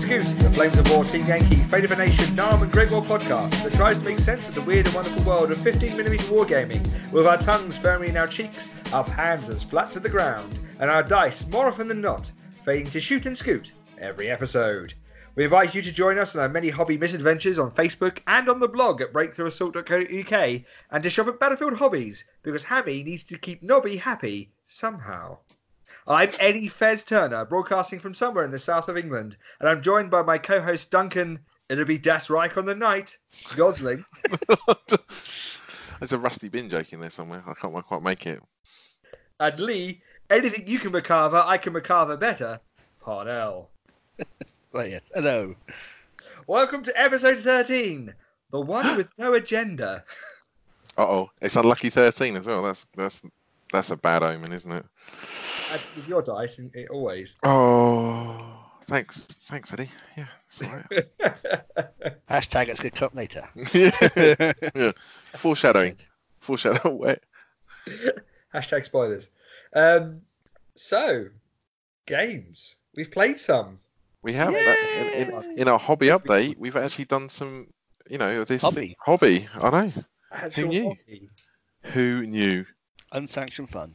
Flames of War, Team Yankee, Fate of a Nation, NARM, and Great War podcast that tries to make sense of the weird and wonderful world of 15mm wargaming with our tongues firmly in our cheeks, our hands as flat to the ground, and our dice, more often than not, failing to shoot and scoot every episode. We invite you to join us in our many hobby misadventures on Facebook and on the blog at breakthroughissault.co.uk and to shop at Battlefield Hobbies because Hammy needs to keep Nobby happy somehow. I'm Eddie Fez Turner, broadcasting from somewhere in the south of England, and I'm joined by my co host Duncan, it'll be Das Reich on the night, Gosling. There's a rusty bin joke in there somewhere. I can't quite make it. and Lee, anything you can macabre, I can macabre better, Parnell. Oh, yes. Hello. Welcome to episode 13, the one with no agenda. Uh oh, it's unlucky thirteen as well. That's that's that's a bad omen, isn't it? That's with your dice, and it always. Oh, thanks, thanks, Eddie. Yeah, it's all right. Hashtag it's good cup later. yeah. Foreshadowing, foreshadowing. Wait. Hashtag spoilers. Um, so, games. We've played some. We have that- in, in, in our hobby update. We've actually done some, you know, this Hobby. Hobby, I know. Actual knew? hobby. Who knew? Unsanctioned fun.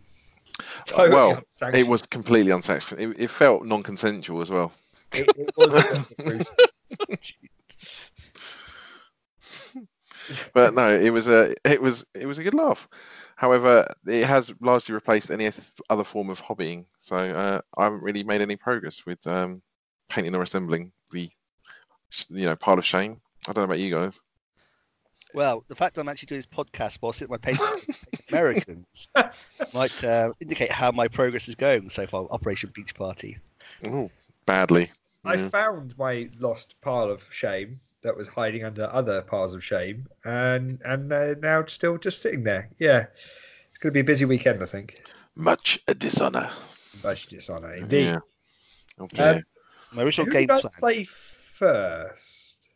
Totally well, unsanctioned. It was completely unsanctioned. It, it felt non-consensual as well. It, it was brutal. but no, it was a it was it was a good laugh. However, it has largely replaced any oth- other form of hobbying, so uh, I haven't really made any progress with um, painting or assembling the sh- you know pile of shame. I don't know about you guys. Well, the fact that I'm actually doing this podcast whilst sitting at my paper Americans might uh, indicate how my progress is going so far. with Operation Beach Party. Ooh, badly. I Yeah. found my lost pile of shame that was hiding under other piles of shame, and and uh, now it's still just sitting there. Yeah, it's going to be a busy weekend, I think. Much a dishonor. Much dishonor, indeed. Yeah. Oh, dear. Um, My original Who game does plan. play first?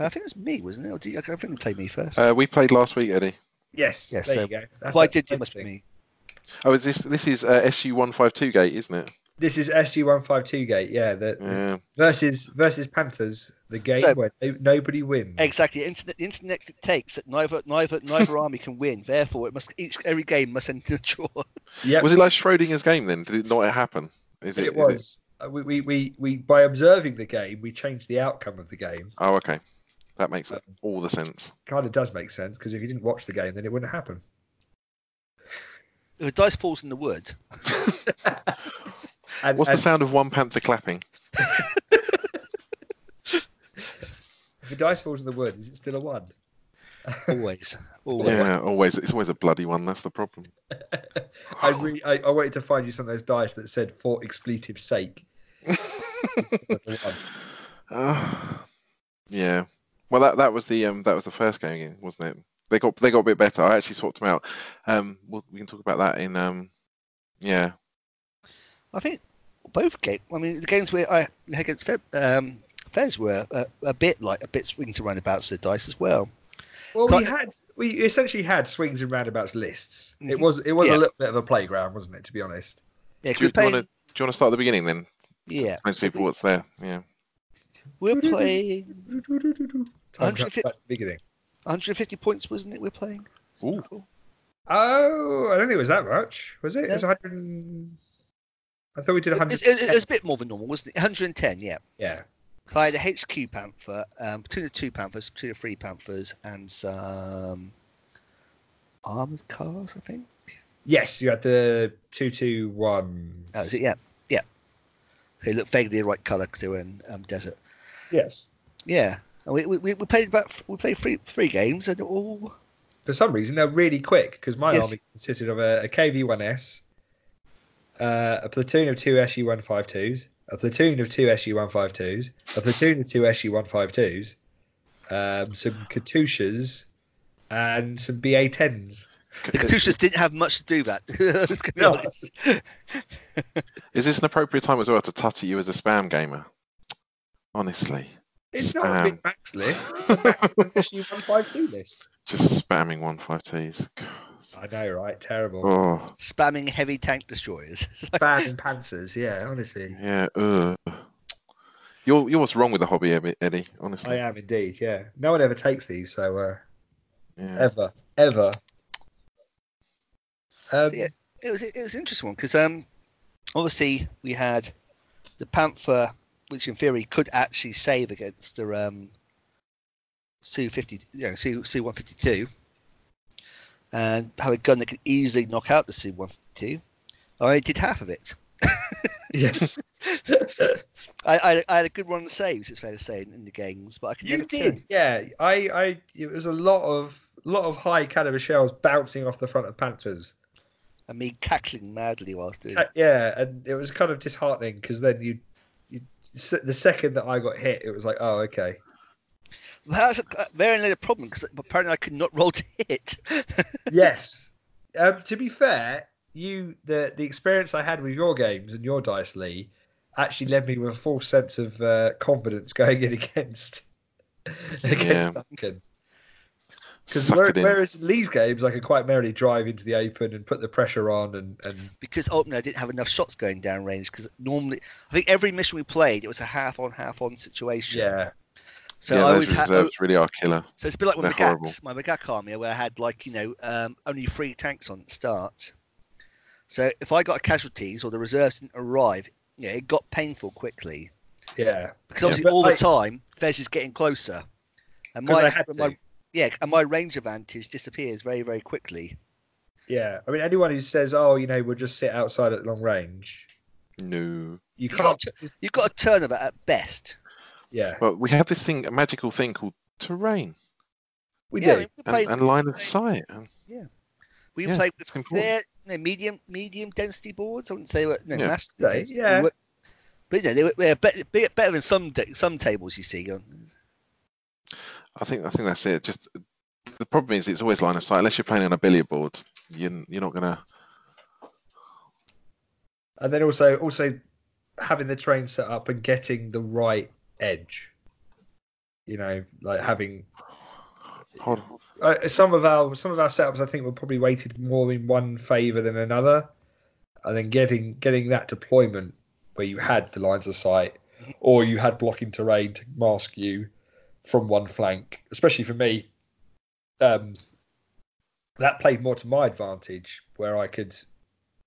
I think it was me, wasn't it? Or did you, I think you played me first. Uh, we played last week, Eddie. Yes. Yes, there so you go. That's if I that did, it first must be thing. me. Oh, is this this is uh, SU one five two gate, isn't it? This is SU one five two gate. Yeah, the, Yeah. versus versus Panthers, the game So- where no, nobody Mm. wins. Exactly. Internet, the internet takes that neither neither neither army can win. Therefore, it must each every game must end in a draw. Yep. Was it like Schrodinger's game then? Did it not happen? Is it, is was. Uh, We, we, we, we, by observing the game, we changed the outcome of the game. Oh, okay. That makes all the sense. Kind of does make sense because if you didn't watch the game, then it wouldn't happen. If a dice falls in the wood, And, What's and the sound of one panther clapping? if a dice falls in the wood, is it still a one? always, always. Yeah, always. It's always a bloody one. That's the problem. I really, I, I wanted to find you some of those dice that said for expletive sake. instead of a one. Ah. yeah. Well, that that was the um that was the first game, wasn't it? They got they got a bit better. I actually swapped them out. Um, we'll, we can talk about that in um, yeah. I think both games. I mean, the games where I against Fe- um, Fez were uh, a bit like a bit swings and roundabouts with the dice as well. Well, we Can't- had we essentially had swings and roundabouts lists. It Mhm. was it was Yeah. a little bit of a playground, wasn't it? To be honest. Do Yeah, you, 'cause we're want to playing, do you want to start at the beginning then? yeah, Explain to people what's there. Yeah. we're playing Time jump 150 back to the beginning. 150 points, wasn't it? We're playing. Ooh. Cool. Oh, I don't think it was that much, was it? It was No. 100. and- I thought we did It, 100. it, it- it was a bit more than normal, wasn't it? 110, yeah. yeah. So I had a HQ panther, um, two to two panthers, two to three panthers, and some armored cars. I think Yes, you had the two two one. that was it. Yeah, yeah. They looked vaguely the right colour because they were in um, desert. Yes. Yeah, and we, we, we we played about we played three three games and all. For some reason, they're really quick because my Yes. army consisted of a, a KV1S, uh, a platoon of two SU152s, a platoon of two SU152s, a platoon of two SU152s, um, some Katushas, and some BA10s. The Katushas didn't have much to do that. Let's be No. honest. Is this an appropriate time as well to tutty you as a spam gamer? Honestly, It's not a big Spam. max list. It's a max SU152 list. just spamming one five Ts. I know, right? Terrible. Oh, Spamming heavy tank destroyers. Bad and Panthers. Yeah, honestly. yeah. Ugh. You're you're what's wrong with the hobby, Ed- Eddie. Honestly, I am indeed. Yeah, no one ever takes these, so uh, yeah. Uh, ever, ever. Um, So, yeah, it was it was an interesting one because um, obviously we had the Panther, which in theory could actually save against the um, Su fifty, you know, Su Su one fifty two, and have a gun that could easily knock out the Su one fifty two. I did half of it. Yes, I, I I had a good run of saves, it's fair to say, in, in the games, but I could you never did. Yeah, I, I. It was a lot of lot of high caliber shells bouncing off the front of Panthers. I mean, cackling madly whilst doing. Uh, yeah, and it was kind of disheartening because then you, you, s- the second that I got hit, it was like, oh, okay. Well, That's a very little problem because apparently I could not roll to hit. yes. Um, to be fair, you the the experience I had with your games and your dice, Lee, actually led me with a false sense of uh, confidence going in against against Duncan. Because Suck it in. whereas in Lee's games, I could quite merrily drive into the open and put the pressure on, and, and because ultimately I didn't have enough shots going down range. Because normally, I think every mission we played, it was a half on, half on situation. yeah, So yeah, I those always had. reserves really are killer. So it's a bit like my They're horrible. Magak, my Magak army, where I had like you know um, only three tanks on at the start. So if I got casualties or the reserves didn't arrive, yeah, it got painful quickly. yeah, Because Yeah. obviously But, all like- the time, Fez is getting closer, and because I my, had to. my yeah, and my range advantage disappears very very quickly. yeah. I mean, anyone who says, "Oh, you know, we'll just sit outside at long range," No. you You've can't. got, a tu- you've got a turn of it at best. Yeah, But we have this thing, a magical thing called terrain we yeah, I do. mean, we and, played- and line of sight. And, We Yeah, played with it's important. fair, no, medium medium density boards. I wouldn't say they were no, Yeah. massive They- density, yeah. but- but you know, they were, they were better, better than some da- some tables you see. On, I think I think that's it. Just the problem is it's always line of sight. Unless you're playing on a billiard board, you're, you're not gonna. and then also also having the train set up and getting the right edge you know like having Hold on. uh, some of our some of our setups i think were probably weighted more in one favor than another and then getting getting that deployment where you had the lines of sight or you had blocking terrain to mask you from one flank especially for me um that played more to my advantage where i could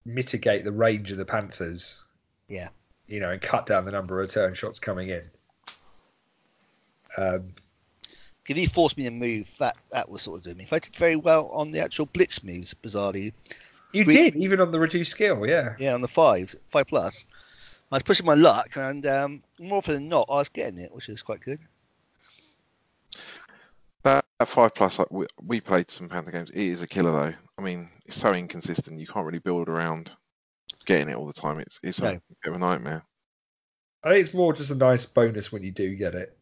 mitigate the range of the panthers Yeah. you know and cut down the number of return shots coming in um if you forced me to move, that that was sort of doing me. If I did very well on the actual blitz moves, bizarrely, You We- did, even on the reduced skill, yeah. yeah, on the fives, five plus, I was pushing my luck, and um, more often than not, I was getting it, which is quite good. That at five plus, like, we, we played some Panther games. It is a killer though. I mean, it's so inconsistent. You can't really build around getting it all the time. It's it's a No. bit of a nightmare. I think it's more just a nice bonus when you do get it.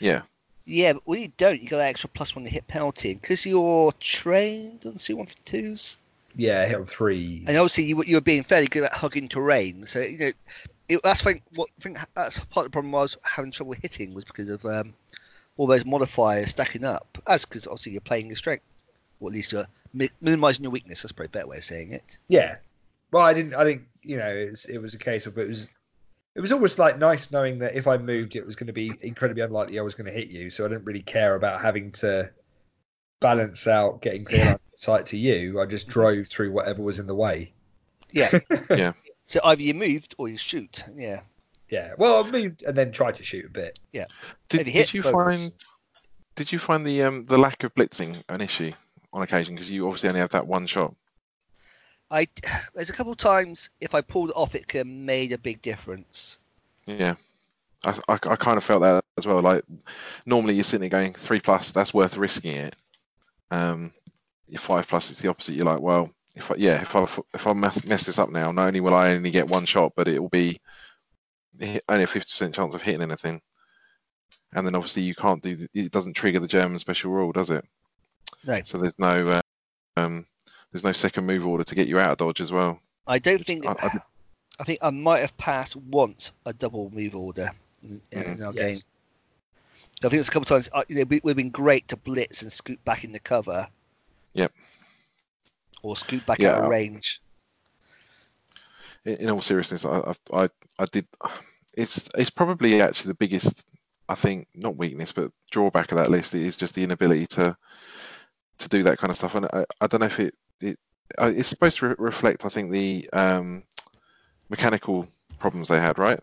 Yeah, Yeah, but when you don't, you got that extra plus one to hit penalty, and because you're trained on C one for twos. Yeah, hit on three. and obviously you, were- you were being fairly good at hugging terrain. So you know, it, that's think what I think that's part of the problem I was having trouble hitting was because of um, all those modifiers stacking up. That's because obviously you're playing your strength, or at least you're mi- minimizing your weakness. That's probably a better way of saying it. Yeah. Well, I didn't. I didn't. You know, it's, it was a case of it was. It was almost like nice knowing that if I moved, it was going to be incredibly unlikely I was going to hit you. So I didn't really care about having to balance out getting clear line of sight to you. I just drove through whatever was in the way. Yeah. Yeah. So either you moved or you shoot. Yeah. Yeah. Well, I moved and then tried to shoot a bit. did, Maybe did hit you bonus. find did you find the um the lack of blitzing an issue on occasion because you obviously only have that one shot I there's a couple of times if I pulled it off, it could have made a big difference. yeah I, I, I kind of felt that as well like normally you're sitting there going three plus that's worth risking it um your five plus it's the opposite you're like well if I, yeah if I if I mess, mess this up now not only will I only get one shot but it will be hit- only a 50% chance of hitting anything and then obviously you can't do the, it doesn't trigger the German special rule does it No. so there's no uh, um there's no second move order to get you out of dodge as well I don't think I- I did- I think I might have passed once a double move order in, in Mm. our game. Yes. I think it's a couple of times uh, you know, we, we've been great to blitz and scoot back in the cover. Yep. Or scoot back out Yeah. of range. in, in all seriousness, I, I I I did. It's it's probably actually the biggest, I think, not weakness but drawback of that list is just the inability to to do that kind of stuff. And I, I don't know if it it uh, it's supposed to re- reflect, I think, the um, mechanical problems they had, right?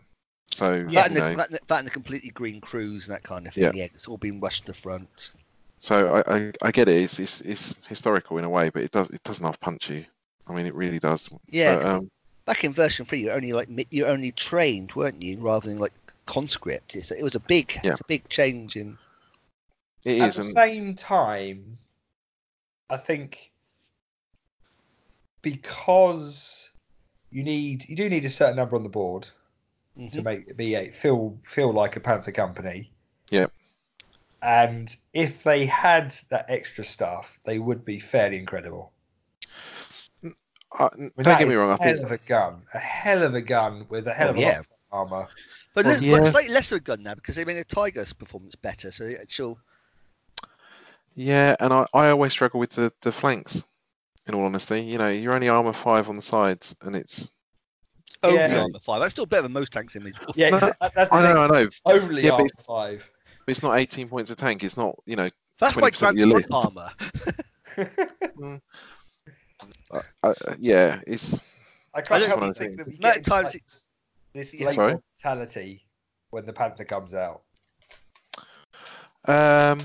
So That, you and the, know, that, and the- that and the completely green cruise and that kind of thing. Yeah. Yeah, it's all been rushed to the front. so I, I, I get it. It's, it's it's historical in a way, but it does it doesn't half punch you. I mean, it really does. Yeah, But, 'cause um, back in version three, you're only like mi- you're only trained, weren't you, rather than like conscript? It's, it was a big, Yeah. it's a big change in. it At is. the And, same time, I think because you need you do need a certain number on the board to Mm-hmm. Mhm. make B8 feel feel like a Panther company. Yep. And if they had that extra stuff, they would be fairly incredible. I, With don't that get me is wrong. I A hell think of a gun, a hell of a gun with a hell Oh, of a yeah. lot of armor. But, Well, it's but yeah. slightly less of a gun now because they made the Tiger's performance better, so it- she'll yeah, and I, I always struggle with the, the flanks. In all honesty, you know, you're only armor five on the sides, and it's only Oh, Yeah. armor five. That's still better than most tanks image. Yeah, No, exa- that's the I thing. know, I know, Only Yeah, but armor it's- five. but it's not 18 points a tank. It's not, you know, That's why 20% of Grant's your front list. armor. uh, uh, yeah, it's I can't I help don't but think- think of you Matt getting Times- like this Yeah. late Sorry? mortality when the Panther comes out. Um,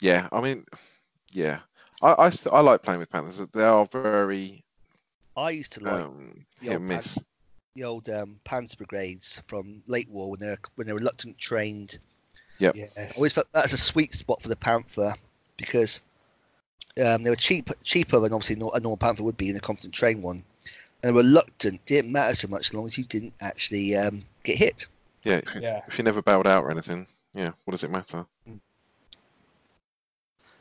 yeah, I mean, yeah, I I, st- I like playing with Panthers. They are very I used to Oh. like um, the hit old and miss. the old um, Panzer brigades from late war when they're when they're reluctant trained. Yes. I always felt that's a sweet spot for the Panther because um, they were cheap, cheaper than obviously nor- a normal Panther would be in a constant train one. And they were reluctant, didn't matter so much as long as you didn't actually um, get hit. Yeah, if you- Yeah. if you never bailed out or anything, yeah, what does it matter?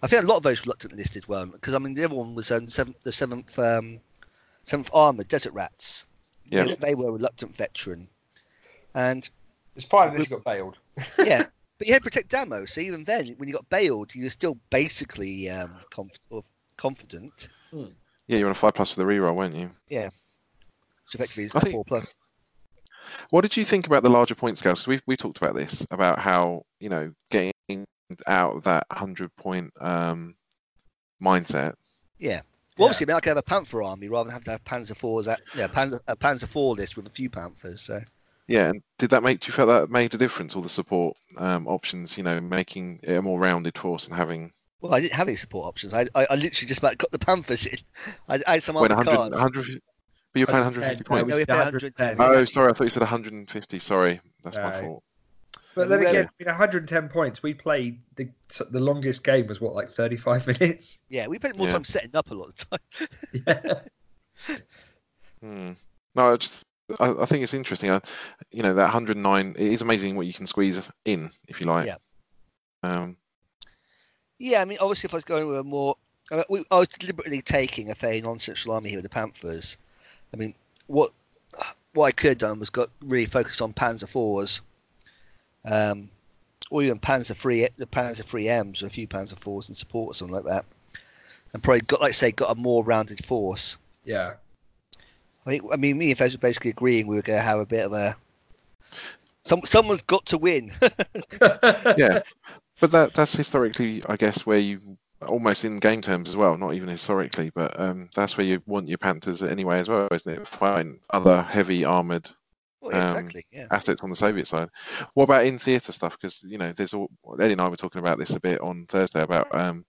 I think a lot of those reluctant listed well because I mean the other one was um, seventh, the seventh um, seventh armor Desert Rats. Yeah. They- they were a reluctant veteran, and It's fine unless you got bailed. yeah, but you had protect ammo. So even then, when you got bailed, you were still basically um, conf- or confident. Yeah, you're on a five plus for the reroll, weren't you? So effectively, it's I a think- four plus. What did you think about the larger point scales? 'Cause We've we talked about this about how you know getting out of that hundred point um mindset. Well, obviously, I, mean, I could have a Panther army rather than have to have Panzer fours. At, yeah, Panzer, a Panzer four list with a few Panthers. So Yeah, and did that make do you feel that made a difference? All the support um options, you know, making it a more rounded force and having well, I didn't have any support options. I I, I literally just about got the Panthers in. I, I had some when army 100, cards. 100 but you're playing 150 110, points. No, we did played 110. Oh, sorry, I thought you said 150. Sorry, that's my No. fault. But then Yeah. again, I mean, 110 points. We played the the longest game was what like 35 minutes. Yeah, we spent more Yeah. time setting up a lot of the time. Yeah. Hmm. No, I just I, I think it's interesting. I, you know, that 109. It is amazing what you can squeeze in if you like. Yeah. Um, Yeah, I mean, obviously, if I was going with a more, uh, we, I was deliberately taking a fairly non-central army here with the Panthers. I mean, what what I could have done was got really focused on Panzer fours, um, or even Panzer three, the Panzer three M's, or a few Panzer fours and support or something like that, and probably got, like I say, got a more rounded force. yeah. I think, I mean, me and Fez were basically agreeing we were going to have a bit of a. Some, someone's got to win. yeah. but that that's historically, I guess, where you almost in game terms as well. Not even historically, but um, that's where you want your Panthers anyway as well, isn't it? Fighting other heavy armored well, yeah, Um, exactly. Yeah. assets on the Soviet side. What about in theatre stuff? Because you know, there's all Eddie and I were talking about this a bit on Thursday about um,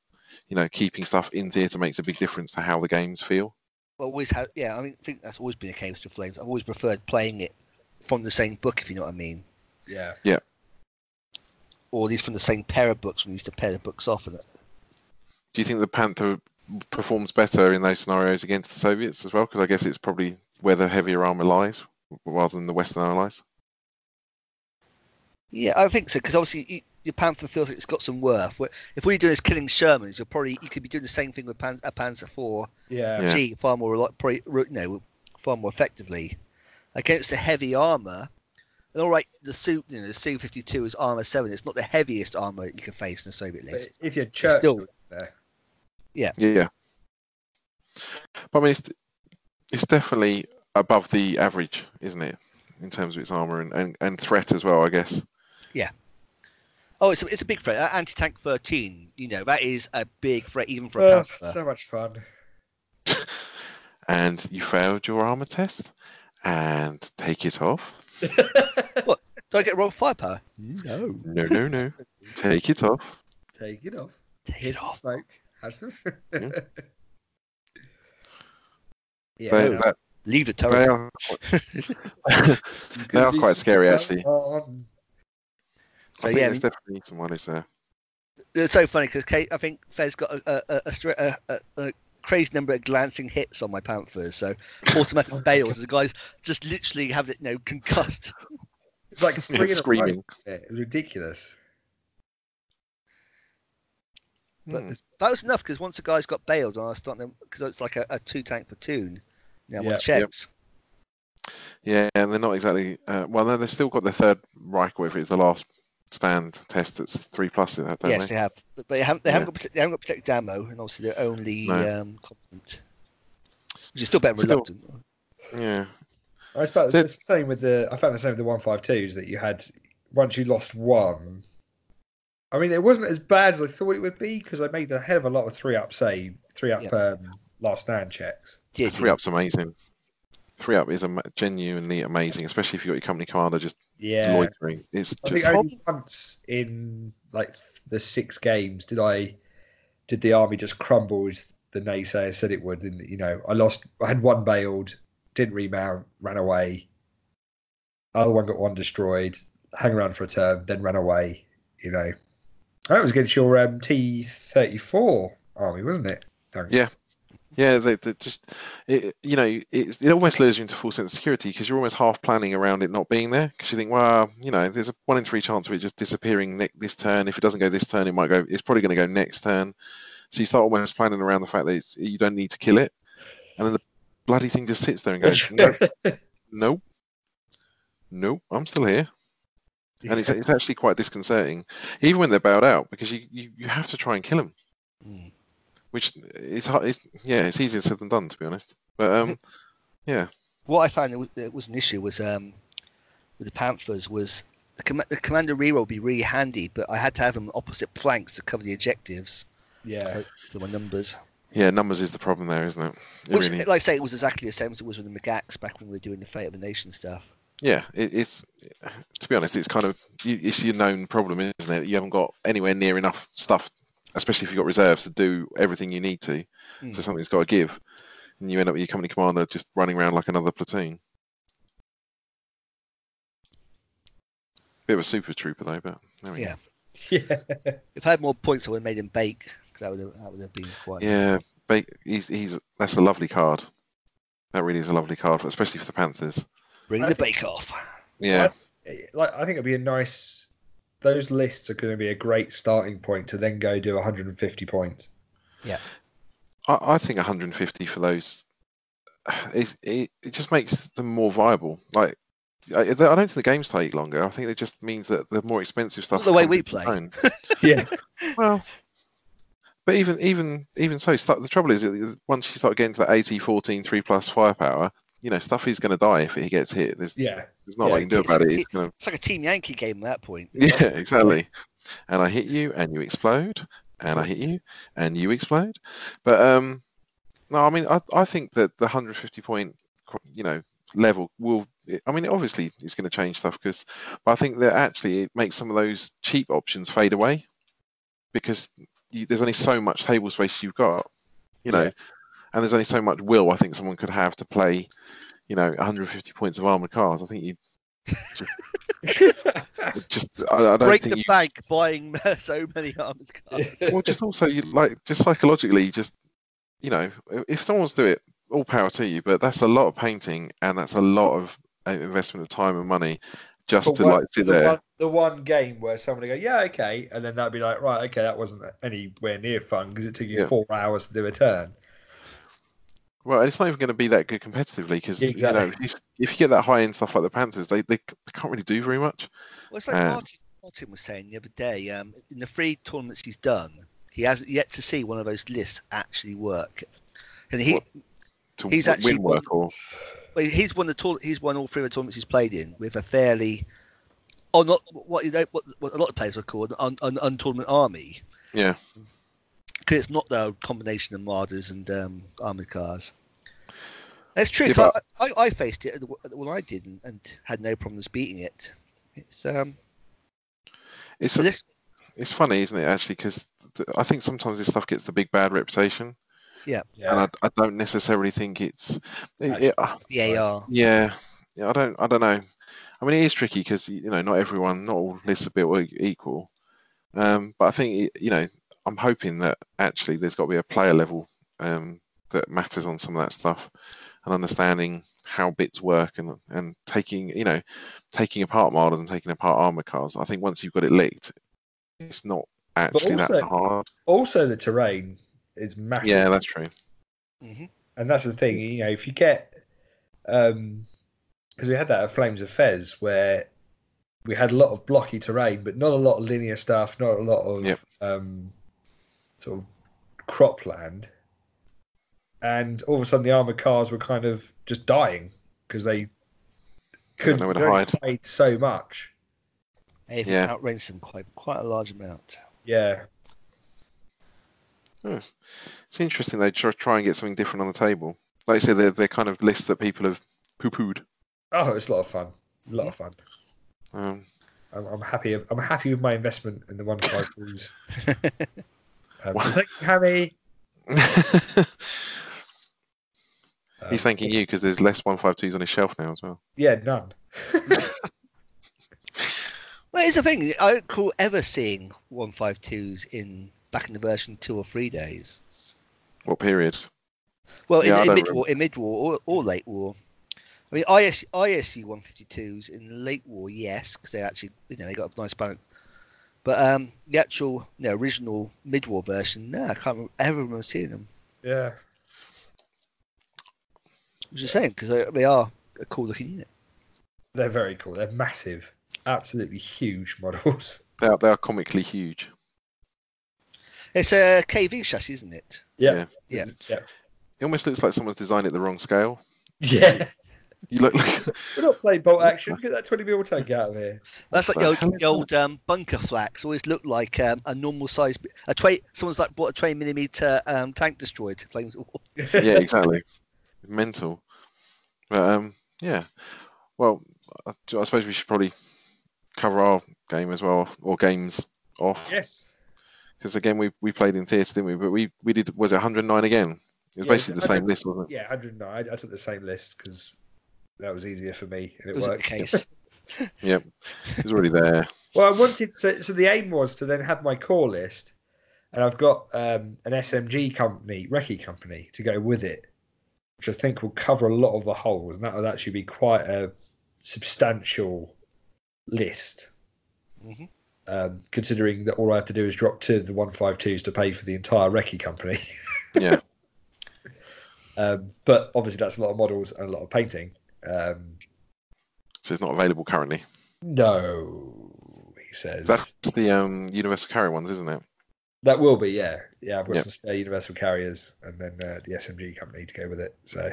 you know, keeping stuff in theatre makes a big difference to how the games feel. Well, always had, yeah. I mean, I think that's always been the case with Flames. I've always preferred playing it from the same book, if you know what I mean, Yeah. or at least from the same pair of books when we used to pair the books off. And that. Do you think the Panther performs better in those scenarios against the Soviets as well? Because I guess it's probably where the heavier armor lies rather than the Western allies. Yeah, I think so because obviously you, your Panther feels like it's got some worth. Where- If all you're doing is killing Shermans, you're probably you could be doing the same thing with Pan, a Panzer Four Yeah. Yeah. G far more like probably you know far more effectively against the heavy armor. And all right, the Su you know the Su fifty two is armor seven. It's not the heaviest armor you can face in the Soviet But list. If you're It's church, still Yeah. But I mean, it's, it's definitely above the average, isn't it? in terms of its armor and, and, and threat as well, I guess. Oh, it's a, it's a big threat. That anti-tank 13, you know, that is a big threat even for a Oh, Panther. so much fun. And you failed your armor test and take it off. Do I get roll firepower? No. No, no, no. take it off. Take it off. Take Here's it some off. Smoke. Have some. Yeah. Yeah, They, no, that- Leave the they turret. are, you could they are leave quite it scary, go actually. on. I So think yeah, there's definitely some mileage there. it's so funny because Kate, I think Fez got a, a, a, a, stra- a, a, a crazy number of glancing hits on my Panthers, so automatic bails. The guys just literally have it, you know, concussed. It's like Yeah, three in a row. screaming. Yeah, It was ridiculous. But Hmm. this- that was enough because once the guys got bailed, and I was starting to because it's like a, a two tank platoon. Now Yeah. one checks. Yeah, and they're not exactly. Uh, well, no, they've still got the third Reich, or if it's the last stand test that's three plus, don't yes, they? they have, but they haven't. They haven't Yeah. got protect, they haven't got protected ammo, and obviously they're only No. um, competent. Which is still better than Still- reluctant. Yeah. I suppose Did- it's the same with the. I found the same with the one five twos that you had once you lost one. I mean, it wasn't as bad as I thought it would be because I made a hell of a lot of three up save, three up Yeah. um, last stand checks. Did Three up's amazing. Three up is am- genuinely amazing, especially if you've got your company commander just Yeah, loitering. It's I just think only once in like the six games did I did the army just crumble as the naysayer said it would, and you know I lost. I had one bailed, didn't remount, ran away. Other one got one destroyed, hang around for a turn, then ran away. You know, that was against your um, T thirty four army, wasn't it? Duncan? Yeah. yeah, they, they just it, you know it's, it almost lures you into false sense of security because you're almost half planning around it not being there because you think, well, you know, there's a one in three chance of it just disappearing ne- this turn. If it doesn't go this turn, it might go. It's probably going to go next turn. So you start almost planning around the fact that it's, you don't need to kill it, and then the bloody thing just sits there and goes, no, nope, nope, I'm still here. and it's, it's actually quite disconcerting, even when they're bailed out, because you, you, you have to try and kill them, Mm. which is hard. It's, yeah, it's easier said than done, to be honest. But um, what I found that was, that was an issue was um, with the Panthers was the, com- the commander reroll would be really handy, but I had to have them on opposite flanks to cover the objectives. yeah. So there were numbers, yeah, numbers is the problem there, isn't it? It which, really- like I say, it was exactly the same as it was with the McGax back when we were doing the Fate of the Nation stuff. yeah, it, it's to be honest, it's kind of you- it's your known problem, isn't it? You haven't got anywhere near enough stuff, especially if you've got reserves to do everything you need to. Mm. So something's got to give, and you end up with your company commander just running around like another platoon. Bit of a super trooper though, but there we go. Yeah. yeah. If I had more points, I would have made him bake. 'cause That would have, that would have been quite. Yeah, ba- he's he's that's a lovely card. That really is a lovely card, especially for the Panthers. Bring I the think- bake off. Yeah, like I think it'd be a nice. Those lists are going to be a great starting point to then go do 150 points. I, I think 150 for those. It, it it just makes them more viable. Like I, I don't think the games take longer. I think it just means that the more expensive stuff. The way comes we on its play. own. Yeah, Well, but even even even so, start, the trouble is that once you start getting to that 80, 14, 3 plus firepower, you know stuff is going to die if it gets hit. There's yeah. there's not Yeah, what you can do it's- about it. it's- It's going to It's like a Team Yankee game at that point. Yeah, exactly. And I hit you, and you explode, and I hit you, and you explode. But um, no, I mean, I, I think that the 150 point, qu- you know, level will. I mean, obviously, it's going to change stuff because, but I think that actually it makes some of those cheap options fade away because you, there's only so much table space you've got, you know, Yeah. and there's only so much will I think someone could have to play, you know, 150 points of armored cars. I think you just, I, I don't Break think the you bank buying so many armors Uh, cards. well, just also you like just psychologically, just you know, i- if someone's do it, all power to you. But that's a lot of painting, and that's a lot of uh, investment of time and money just But to one- like sit the there. One, the one game where someone would go, yeah, okay, and then that'd be like, right, okay, that wasn't anywhere near fun because it took you Yeah. four hours to do a turn. Well, it's not even going to be that good competitively because you know if Exactly. you, s- if you get that high end stuff like the Panthers, they, they c- they can't really do very much. Well, it's like Uh, Martin, Martin was saying the other day. Um, in the three tournaments he's done, he hasn't yet to see one of those lists actually work. And he, To He's w- actually win work or But he's won the tour, He's won all three of the tournaments he's played in with a fairly, or not what you know, what, what a lot of players would call an, un un untournament army. Yeah. Because it's not the combination of Marders and um, armored cars. That's true. Yeah, 'cause I, I, I faced it at the, at the one I did and, and had no problems beating it. It's um, It's so this, it's funny, isn't it? Actually, because I think sometimes this stuff gets the big bad reputation, and Yeah. I, I don't necessarily think it's. It, uh, it, Actually, VAR. yeah, yeah, I don't. I don't know. I mean, it is tricky because you know not everyone, not all lists are built e- equal. Um, but I think you know, I'm hoping that actually there's got to be a player level um, that matters on some of that stuff, and understanding how bits work and and taking you know, taking apart models and taking apart armor cars. I think once you've got it licked, it's not actually also- that hard. Also, the terrain is massive. Yeah, that's true. hmm and that's the thing you know if you get um because we had that at flames of fez where we had a lot of blocky terrain but not a lot of linear stuff not a lot of Yep. um sort of cropland and all of a sudden the armored cars were kind of just dying because they couldn't know where to they only hide. played so much Anything Yeah. outranged them quite quite a large amount. yeah Yeah, It's, it's interesting they try, try and get something different on the table. Like you said, they're, they're kind of lists that people have poo-pooed. oh it's a lot of fun a lot of fun Um, I'm, I'm happy i'm happy with my investment in the one five balls um, so thank you hammy Um, he's thanking you because there's less 152s on his shelf now as well. Yeah, none. Well, it's the thing. I don't recall ever seeing one five twos in back in the version two or three days. What period? Well, Yeah, I in, in don't mid war, in mid war or, or late war. I mean, IS, ISU one fifty twos in the late war, yes, because they actually you know they got a nice balance. But um, the actual you know, original mid war version, no, I can't remember, ever remember seeing them. Yeah. Which is a shame because they, they are a cool looking unit. They're very cool. They're massive. Absolutely huge models. They are, they are comically huge. It's a KV chassis, isn't it? Yeah. Yeah. Yeah. It almost looks like someone's designed it the wrong scale. Yeah. You look like We're not playing bolt action. Get that 20 mil tank out of here. That's like What the the old, hell is the old um, bunker flax. Always looked like um, a normal size. A twenty. Someone's like bought a twenty millimeter um, tank destroyer to oh, flames. of War. yeah, exactly. Mental. But um, yeah. Well, I, I suppose we should probably cover our game as well, or games off. Yes. Because again, we, we played in theatre, didn't we? But we, we did was it 109 again? It was Yeah, basically the same 100 list, wasn't it? Yeah, 109. I, I took the same list because that was easier for me and It it wasn't worked. the case. It was already there. Well, I wanted to. So the aim was to then have my core list, and I've got um, an SMG company, recce company, to go with it, which I think will cover a lot of the holes, and that would actually be quite a substantial list, Mm-hmm. Mhm. um, considering that all I have to do is drop two of the one five twos to pay for the entire recce company. Yeah. Um, but obviously, that's a lot of models and a lot of painting. Um, So it's not available currently. no, he says. That's the um, universal carry ones, isn't it? That will be, yeah, yeah. I've got Yeah. some spare Universal carriers, and then uh, the SMG company to go with it. So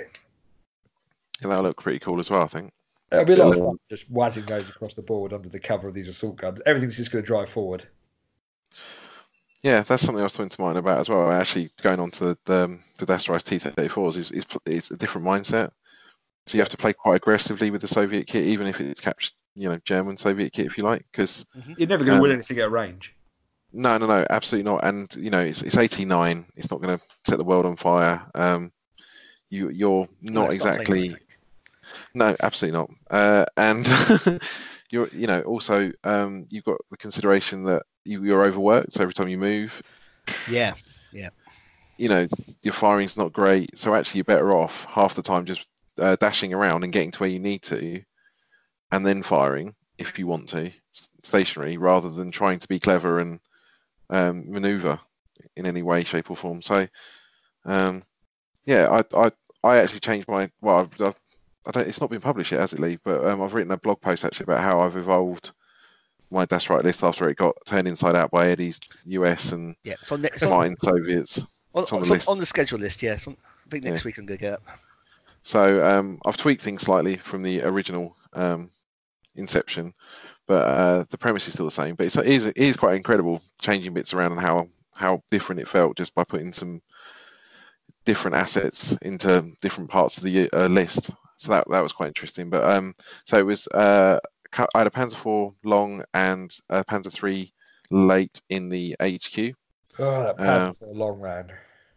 Yeah, that'll look pretty cool as well, I think. it'll be a lot of Yeah. fun just whizzing those across the board under the cover of these assault guns. Everything's just going to drive forward. Yeah, that's something I was talking to mine about as well. Actually, going on to the the, um, the Dasterize T-34s is, is pl- it's a different mindset. So you have to play quite aggressively with the Soviet kit, even if it's captured, you know, German Soviet kit, if you like, because You're never going to win Um, anything at range. No, no, no, absolutely not. And you know, it's it's 89. It's not going to set the world on fire. Um, you you're No, not it's not a flamethrower exactly. tank. No, absolutely not. Uh, and you're you know also um, you've got the consideration that you, you're overworked. So every time you move, Yeah. you know your firing's not great. So actually, you're better off half the time just uh, dashing around and getting to where you need to, and then firing if you want to, s- stationary, rather than trying to be clever and um, maneuver in any way, shape, or form. So, um, yeah, I, I I actually changed my well, I've, I've, I don't. It's not been published yet, has it, Lee? But um, I've written a blog post actually about how I've evolved my dash right list after it got turned inside out by Eddie's US and Yeah. It's on, ne- it's on, Martin Soviets. on, it's on the it's on- list. on the schedule list. Yeah. It's on- I think next week I'm going to get up. So um, I've tweaked things slightly from the original um, Inception, but uh, the premise is still the same. But it's, it, is, it is quite incredible changing bits around and how how different it felt just by putting some different assets into different parts of the uh, list. So that that was quite interesting. But um, so it was uh, cu- I had a Panzer IV long and a Panzer III late in the HQ. Oh, that pass is a long round.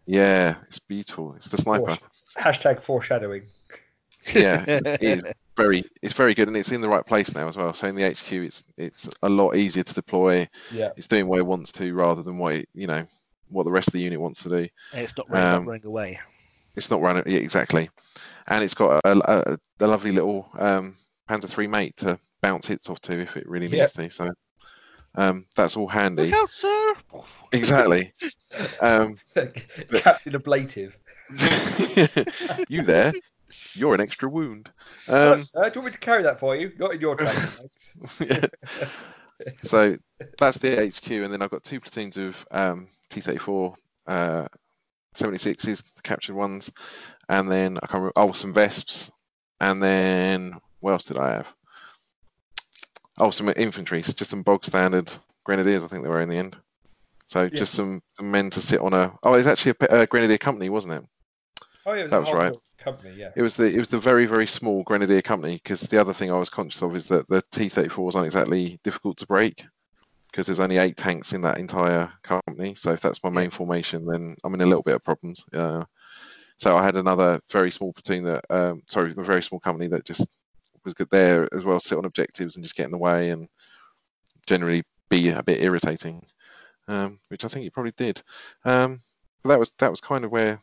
Yeah, it's beautiful. It's the sniper. Foresh- hashtag foreshadowing. Yeah, it is very it's very good and it's in the right place now as well. So in the HQ, it's it's a lot easier to deploy. Yeah. It's doing what it wants to rather than what it, you know what the rest of the unit wants to do. It's not running, Um, not running away. It's not running yeah, exactly, and it's got a, a, a lovely little um, Panzer III mate to bounce hits off to if it really Yeah. needs to. So um, that's all handy. Look out, sir! exactly. Um, Captain Ablative. you there? You're an extra wound. Look, Um, sir, Uh, do you want me to carry that for you? Not in your tank. thanks. yeah. So that's the HQ, and then I've got two platoons of um, T-34 uh, 76s, captured ones, and then I can't remember. Oh, some Vesps, and then what else did I have? Oh, some infantry, so just some bog standard grenadiers. I think they were in the end. So Yes. just some, some men to sit on a. Oh, it's actually a, pe- a grenadier company, wasn't it? Oh, yeah, it was That a was hard right. built Company, yeah. It was the it was the very very small grenadier company because the other thing I was conscious of is that the T34s aren't exactly difficult to break because there's only eight tanks in that entire company. So if that's my main formation, then I'm in a little bit of problems. Uh, so I had another very small platoon that um, sorry, a very small company that just was good there as well, sit on objectives and just get in the way and generally be a bit irritating, um, which I think it probably did. Um, but that was that was kind of where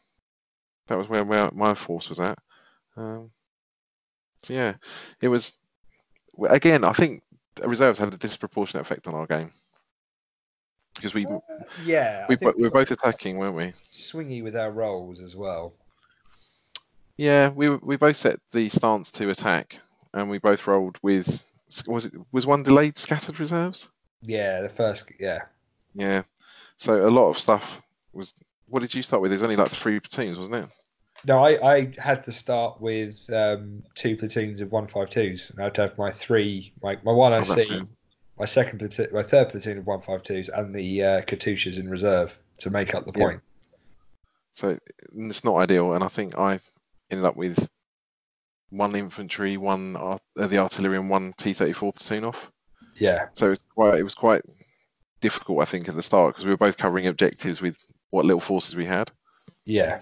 that was where, where my force was at. Um, so yeah, it was w- again. I think the reserves had a disproportionate effect on our game because we Uh, yeah. I we, bo- think we were both attacking, weren't we? swingy with our roles as well. Yeah, we were- we both set the stance to attack, and we both rolled with was it was one delayed scattered reserves? Yeah, the first, yeah. Yeah, so a lot of stuff was. What did you start with? There's only like three platoons, wasn't it? No, I, I had to start with um, two platoons of 152s, and I had to have my three, my, my one Oh, that's IC, it. my second platoon, my third platoon of 152s, and the uh, Katushas in reserve to make up the Yeah. point. So it's not ideal, and I think I ended up with one infantry, one art- uh, the artillery, and one T34 platoon off. Yeah, So it was quite it was quite difficult, I think, at the start because we were both covering objectives with what little forces we had. yeah.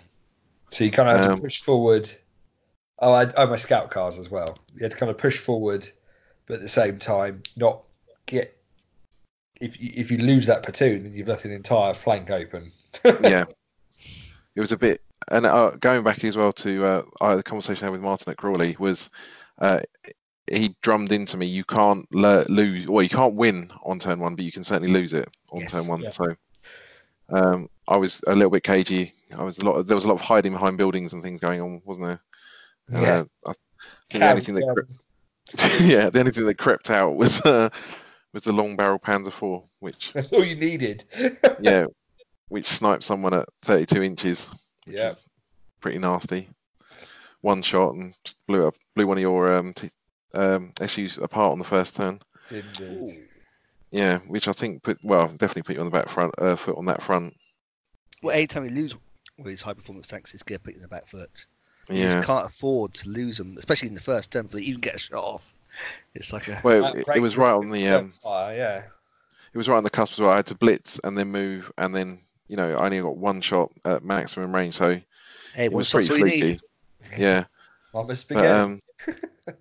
So you kind of had Um, to push forward. Oh, I, oh, my scout cars as well. You had to kind of push forward, but at the same time, not get. If you, if you lose that platoon, then you've left an entire flank open. yeah, it was a bit. And uh, going back as well to uh, uh, the conversation I had with Martin at Crawley was, uh, he drummed into me, you can't le- lose, or you can't win on turn one, but you can certainly lose it on Yes, turn one. yeah. So, um, I was a little bit cagey. I was a lot. There was a lot of hiding behind buildings and things going on, wasn't there? And, Yeah. uh, I think the only Cavs, thing that um, yeah, the only thing that crept out was uh, was the long barrel Panzer IV, which That's all you needed. yeah, which sniped someone at 32 inches. which yeah. is pretty nasty. One shot and just blew up, blew one of your um, t- um, SUs apart on the first turn. Didn't do. Ooh. Yeah, which I think put well definitely put you on the back front uh, foot on that front. Well, anytime you lose one of these high performance tanks, it's going to put you in the back foot. You Yeah, just can't afford to lose them, especially in the first turn before they even get a shot off. It's like a. well That it, it break was right on the Set um, fire, yeah. it was right on the cusp as well. I had to blitz and then move and then you know I only got one shot at maximum range, so it Hey, one was shot's pretty all you need. fluky. Yeah. Mama spaghetti. But, um,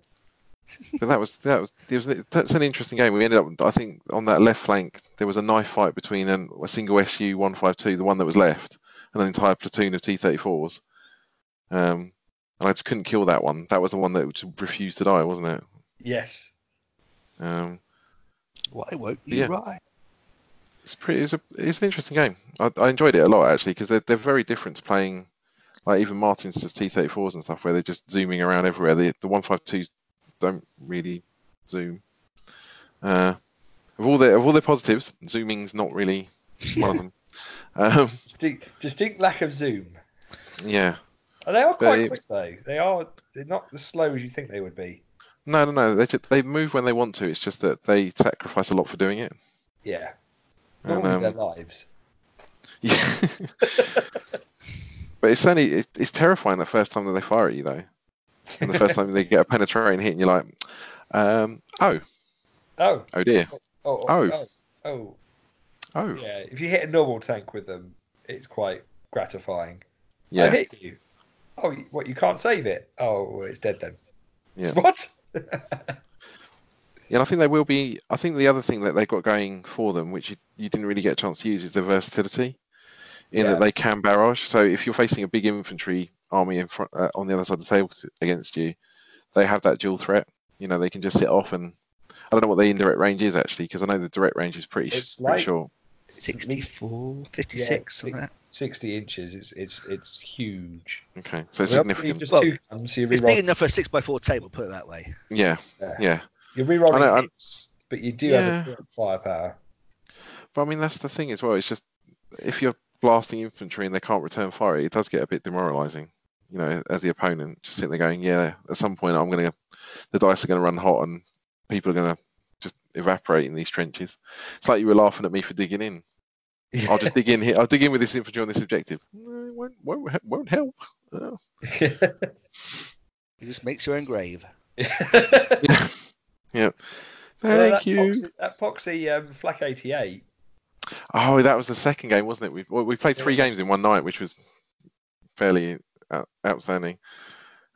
but that was that was it was that's an interesting game. We ended up, I think, on that left flank there was a knife fight between an, a single SU one five two, the one that was left, and an entire platoon of T thirty fours. Um, and I just couldn't kill that one. That was the one that just refused to die, wasn't it? yes. Um, Why won't you Yeah. ride? it's pretty. It's, a, it's an interesting game. I, I enjoyed it a lot actually because they're they're very different to playing. Like even Martin's just T thirty fours and stuff, where they're just zooming around everywhere. The the one five twos don't really zoom. Uh, of all their of all their positives, zooming's not really one of them. Um, Distinct, distinct lack of zoom. yeah, And they are quite They- quick though. They are they're not as slow as you think they would be. No, no, no. They ju- they move when they want to. It's just that they sacrifice a lot for doing it. Yeah, And, normally um, their lives. yeah. but it's certainly it, it's terrifying the first time that they fire at you though, and the first time they get a penetrating hit, and you're like, um, oh, oh, oh dear, oh, oh, Oh. oh, oh, oh, yeah. If you hit a normal tank with them, it's quite gratifying. I yeah, hit you. Oh, you- what? You can't save it. Oh, well, it's dead then. Yeah. What? Yeah, and I think they will be. I think the other thing that they've got going for them, which you, you didn't really get a chance to use, is their versatility, in Yeah. that they can barrage. So if you're facing a big infantry army in front uh, on the other side of the table s- against you, they have that dual threat. You know, they can just sit off and. I don't know what the indirect range is actually, because I know the direct range is pretty, sh- It's pretty like- short. 64, 56, something like that. Sixty inches. It's it's it's huge. Okay, so it's Well, significant. Just Well, two guns, so you're It's big rerolling. enough for a 6x4 table, put it that way. Yeah, Yeah. yeah. You're I know, I- rerolling hits, but you do Yeah. have a bit of firepower. But I mean, that's the thing as well. It's just if you're blasting infantry and they can't return fire, it does get a bit demoralising. You know, as the opponent, just sitting there going, "Yeah, at some point, I'm gonna, the dice are gonna run hot, and people are gonna just evaporate in these trenches." It's like you were laughing at me for digging in. I'll just dig in here. I'll dig in with this infantry on this objective. No, it won't, won't, he- won't help. Oh. It just makes your own grave. Thank Thank you. Poxy, that Poxy um, Flak 88. Oh, that was the second game, wasn't it? We well, we played three Yeah. games in one night, which was fairly out- outstanding.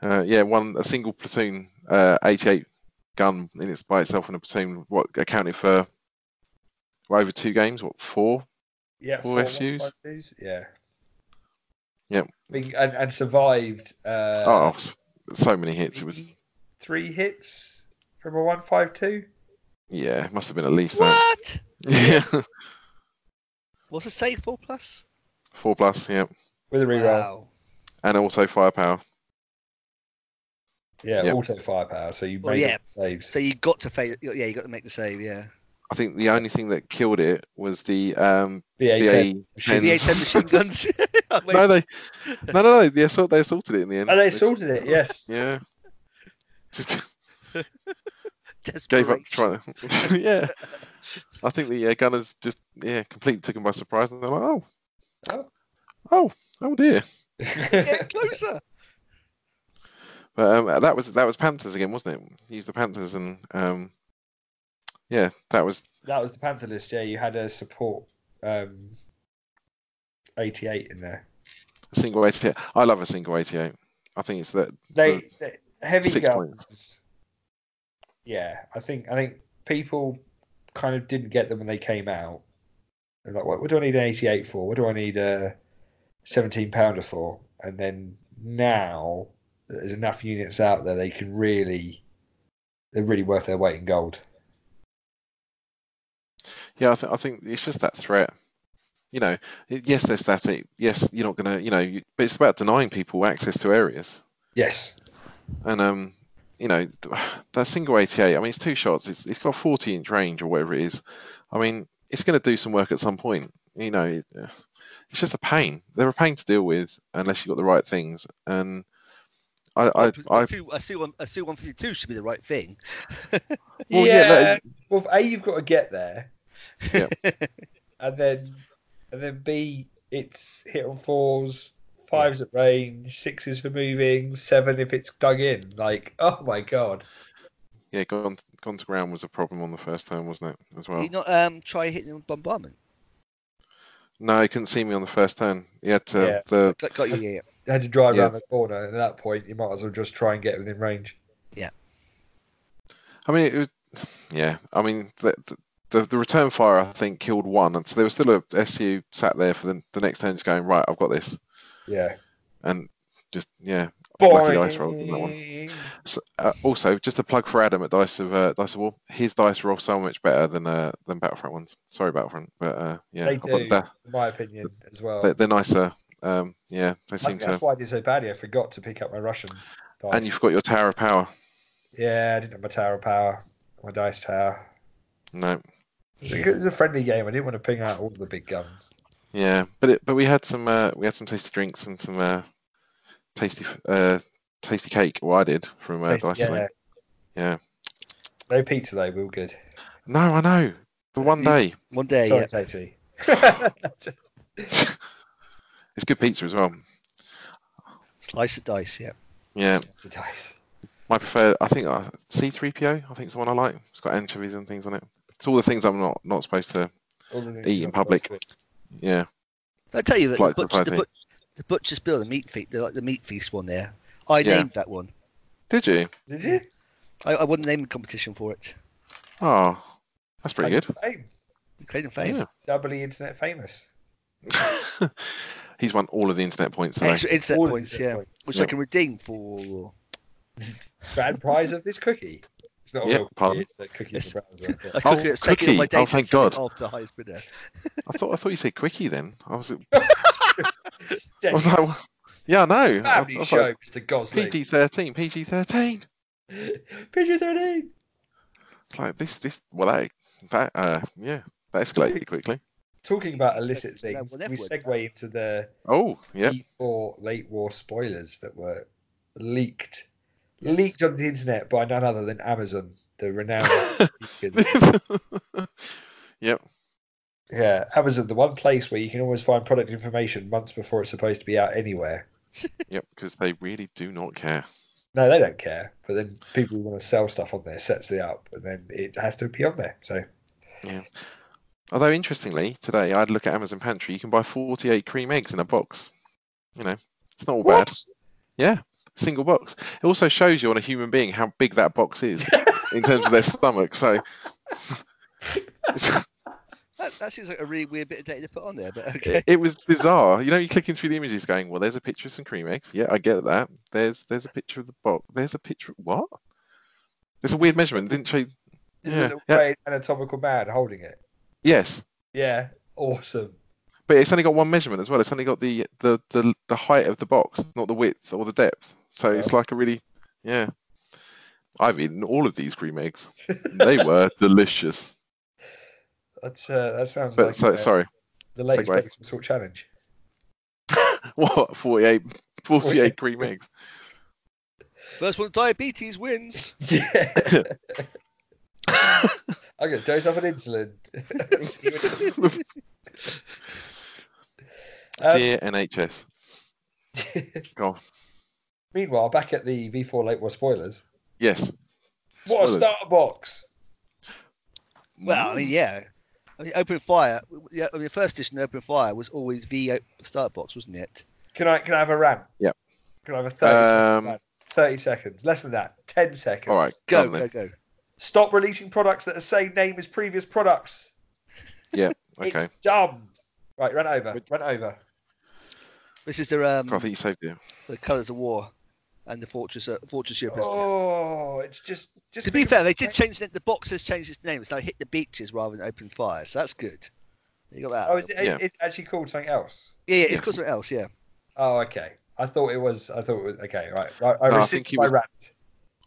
Uh, yeah, one a single platoon, uh, 88 gun in its by itself in a platoon. What accounted for well, over two games? What four? Yeah, Four SUs? 152s, Yeah. Yep. I mean, and, and survived. Uh, oh, s- so many hits. It was three- Three hits from a 152. yeah, it must have been at least that. What? Yeah, What's the save 4 plus? four plus. Yeah, With a reroll. Wow. and also firepower. Yeah, Yep. auto firepower. So you made Well, yeah. saves. So you got to fa- yeah, you got to make the save, yeah. I think the only thing that killed it was the um, BA10. BAE Shoot the tens. A10 machine guns. I'm no, waiting. they, no, no, no. They assault, they assaulted it in the end. Oh, they just- sorted it. Yes. Yeah. Just Desperation. gave up trying to. yeah. I think the uh, Gunners just yeah completely took them by surprise, and they're like, oh, Oh. oh, oh dear. Get closer. But um, that was that was Panthers again, wasn't it? He used the Panthers, and um, yeah, that was that was the Panther list. Yeah, you had a support um, 88 in there. a single 88. I love a single 88. I think it's that They, they heavy Six guns. Yeah, I think I think people kind of didn't get them when they came out. They're like, what, what do I need an 88 for? What do I need a 17 pounder for? And then now that there's enough units out there they can really they're really worth their weight in gold. Yeah, I, th- I think it's just that threat. You know, y- yes, they're static. Yes, you're not going to, you know, you, but it's about denying people access to areas. Yes. And, um, you know, that single 88, I mean, it's two shots. It's, it's got 40 inch range or whatever it is. I mean, it's going to do some work at some point. You know, it, it's just a pain. They're a pain to deal with unless you've got the right things. And I, I, I A Su- a Su- one- a Su 152 should be the right thing. Well, yeah, yeah. that- well, A, you've got to get there. Yeah. and then, and then B, it's hit on fours, fives at range, sixes for moving, seven if it's dug in. Like, oh my god. yeah, gone, gone to ground was a problem on the first turn, wasn't it? As well. Did you not um, try hitting them with bombardment? No, he couldn't see me on the first turn. He had to, Yeah. the, Got, got you, yeah. yeah. You had to drive Yeah. around the corner, and at that point, you might as well just try and get within range. I mean, it was, yeah. I mean, the, the the return fire I think killed one, and so there was still a SU sat there for the, the next turn, just going right. I've got this, Yeah. and just yeah. Boy. Lucky dice rolled on that one. So, uh, also, just a plug for Adam at Dice of uh, Dice of War. His dice roll so much better than uh, than Battlefront ones. Sorry, Battlefront, but uh, yeah, They I've got do, the- in my opinion, as well. they're, they're nicer. Um, yeah, they I seem think that's to. why I did so badly. I forgot to pick up my Russian dice. And you've got your Tower of Power. Yeah, I didn't have my tower of power, my dice tower. No, It was a friendly game. I didn't want to ping out all the big guns. yeah, but it, but we had some uh, we had some tasty drinks and some uh, tasty, f- uh, tasty cake. What I did from uh, Tasty- Dice Lane. Yeah. No pizza though. We were good. No, I know. The one you- day. One day, Sorry, yeah. Katie. It's good pizza as well. Slice of dice, yeah. Yeah, Dice. my preferred. I think uh, C3PO. I think is the one I like. It's got anchovies and things on it. It's all the things I'm not not supposed to. All the- Eat in public. Yeah. I tell you that the, Flight to butch, the, Friday. butch, the butcher's bill, the meat feast, the, like the meat feast one there. I Yeah. named that one. Did you? Did you? I, I won the naming competition for it. Oh, that's pretty good. Fame. Claim fame. Yeah. Doubly internet famous. He's won all of the internet points today. Extra internet All of points, the yeah. points. Which I Yeah. can redeem for. Grand prize of this cookie. It's not a Yeah, real cookie. pardon. It's a cookie Yes. for browser. A but- Oh, cookie that's taken on my cookie. Oh, date thank sent God. off to highest bidder. I thought I thought you said quickie then. I was I Steady. was like, "What?" yeah, I know. I, I Family was show, like, Mr. Gosling. PG thirteen, PG thirteen. PG thirteen. It's like this this well that that uh yeah that escalated quickly. Talking about illicit No, things, well, that we would. segue into the Oh yeah, E4 late war spoilers that were leaked, leaked on the internet by none other than Amazon, the renowned. beacon. yep. yeah, Amazon, the one place where you can always find product information months before it's supposed to be out anywhere. Yep, because they really do not care. No, they don't care. But then people who want to sell stuff on there sets it up, and then it has to be on there. So Although interestingly, today I'd look at Amazon Pantry. You can buy forty-eight cream eggs in a box. You know, it's not all bad. Single box. It also shows you on a human being how big that box is in terms of their stomach. So That, that seems like a really weird bit of data to put on there, but okay. it, it was bizarre. You know, you're clicking through the images, going, "Well, there's a picture of some cream eggs. Yeah, I get that. There's there's a picture of the box. There's a picture. What? There's a weird measurement. It Didn't show. Is Yeah, it a yeah. weird anatomical man holding it? Yes, Yeah, awesome. but it's only got one measurement as well. It's only got the the the, the height of the box, not the width or the depth. So it's like a really, yeah. I've eaten all of these cream eggs. They were delicious. That's uh, that sounds But like so, uh, sorry, the latest segue. Maximum Salt Challenge. what 48, 48 cream eggs? First one, diabetes wins. Yeah, I'm gonna dose off an insulin. See what it is. Um, Dear NHS, go on. meanwhile, back at the V4 late war spoilers. Yes. What a Spoilers. starter box! Well, I Mm. mean, yeah. I mean, Open Fire, yeah, I mean, the first edition of Open Fire was always the o- start box, wasn't it? Can I can I have a rant? Yep. Can I have a thirty? Um, second rant? Thirty seconds, less than that. Ten seconds. All right, Go, on then. go, go. Stop releasing products that are the same name as previous products. Okay. It's dumb. Right, run over. Which- Run over. This is their um, God, I think you saved it. the colours of war and the fortress uh, fortress Europe. isn't it? Oh, it's just just to be think fair, they did about- change it. The box has changed its name. It's now hit the beaches rather than open fire, so that's good. You got that. Oh, is it, Yeah. it's actually called something else. yeah, yeah, it's yeah. got something else. Yeah, Oh, okay. I thought it was. I thought it was okay. Right, right. I No, I rescind think he my was- rant.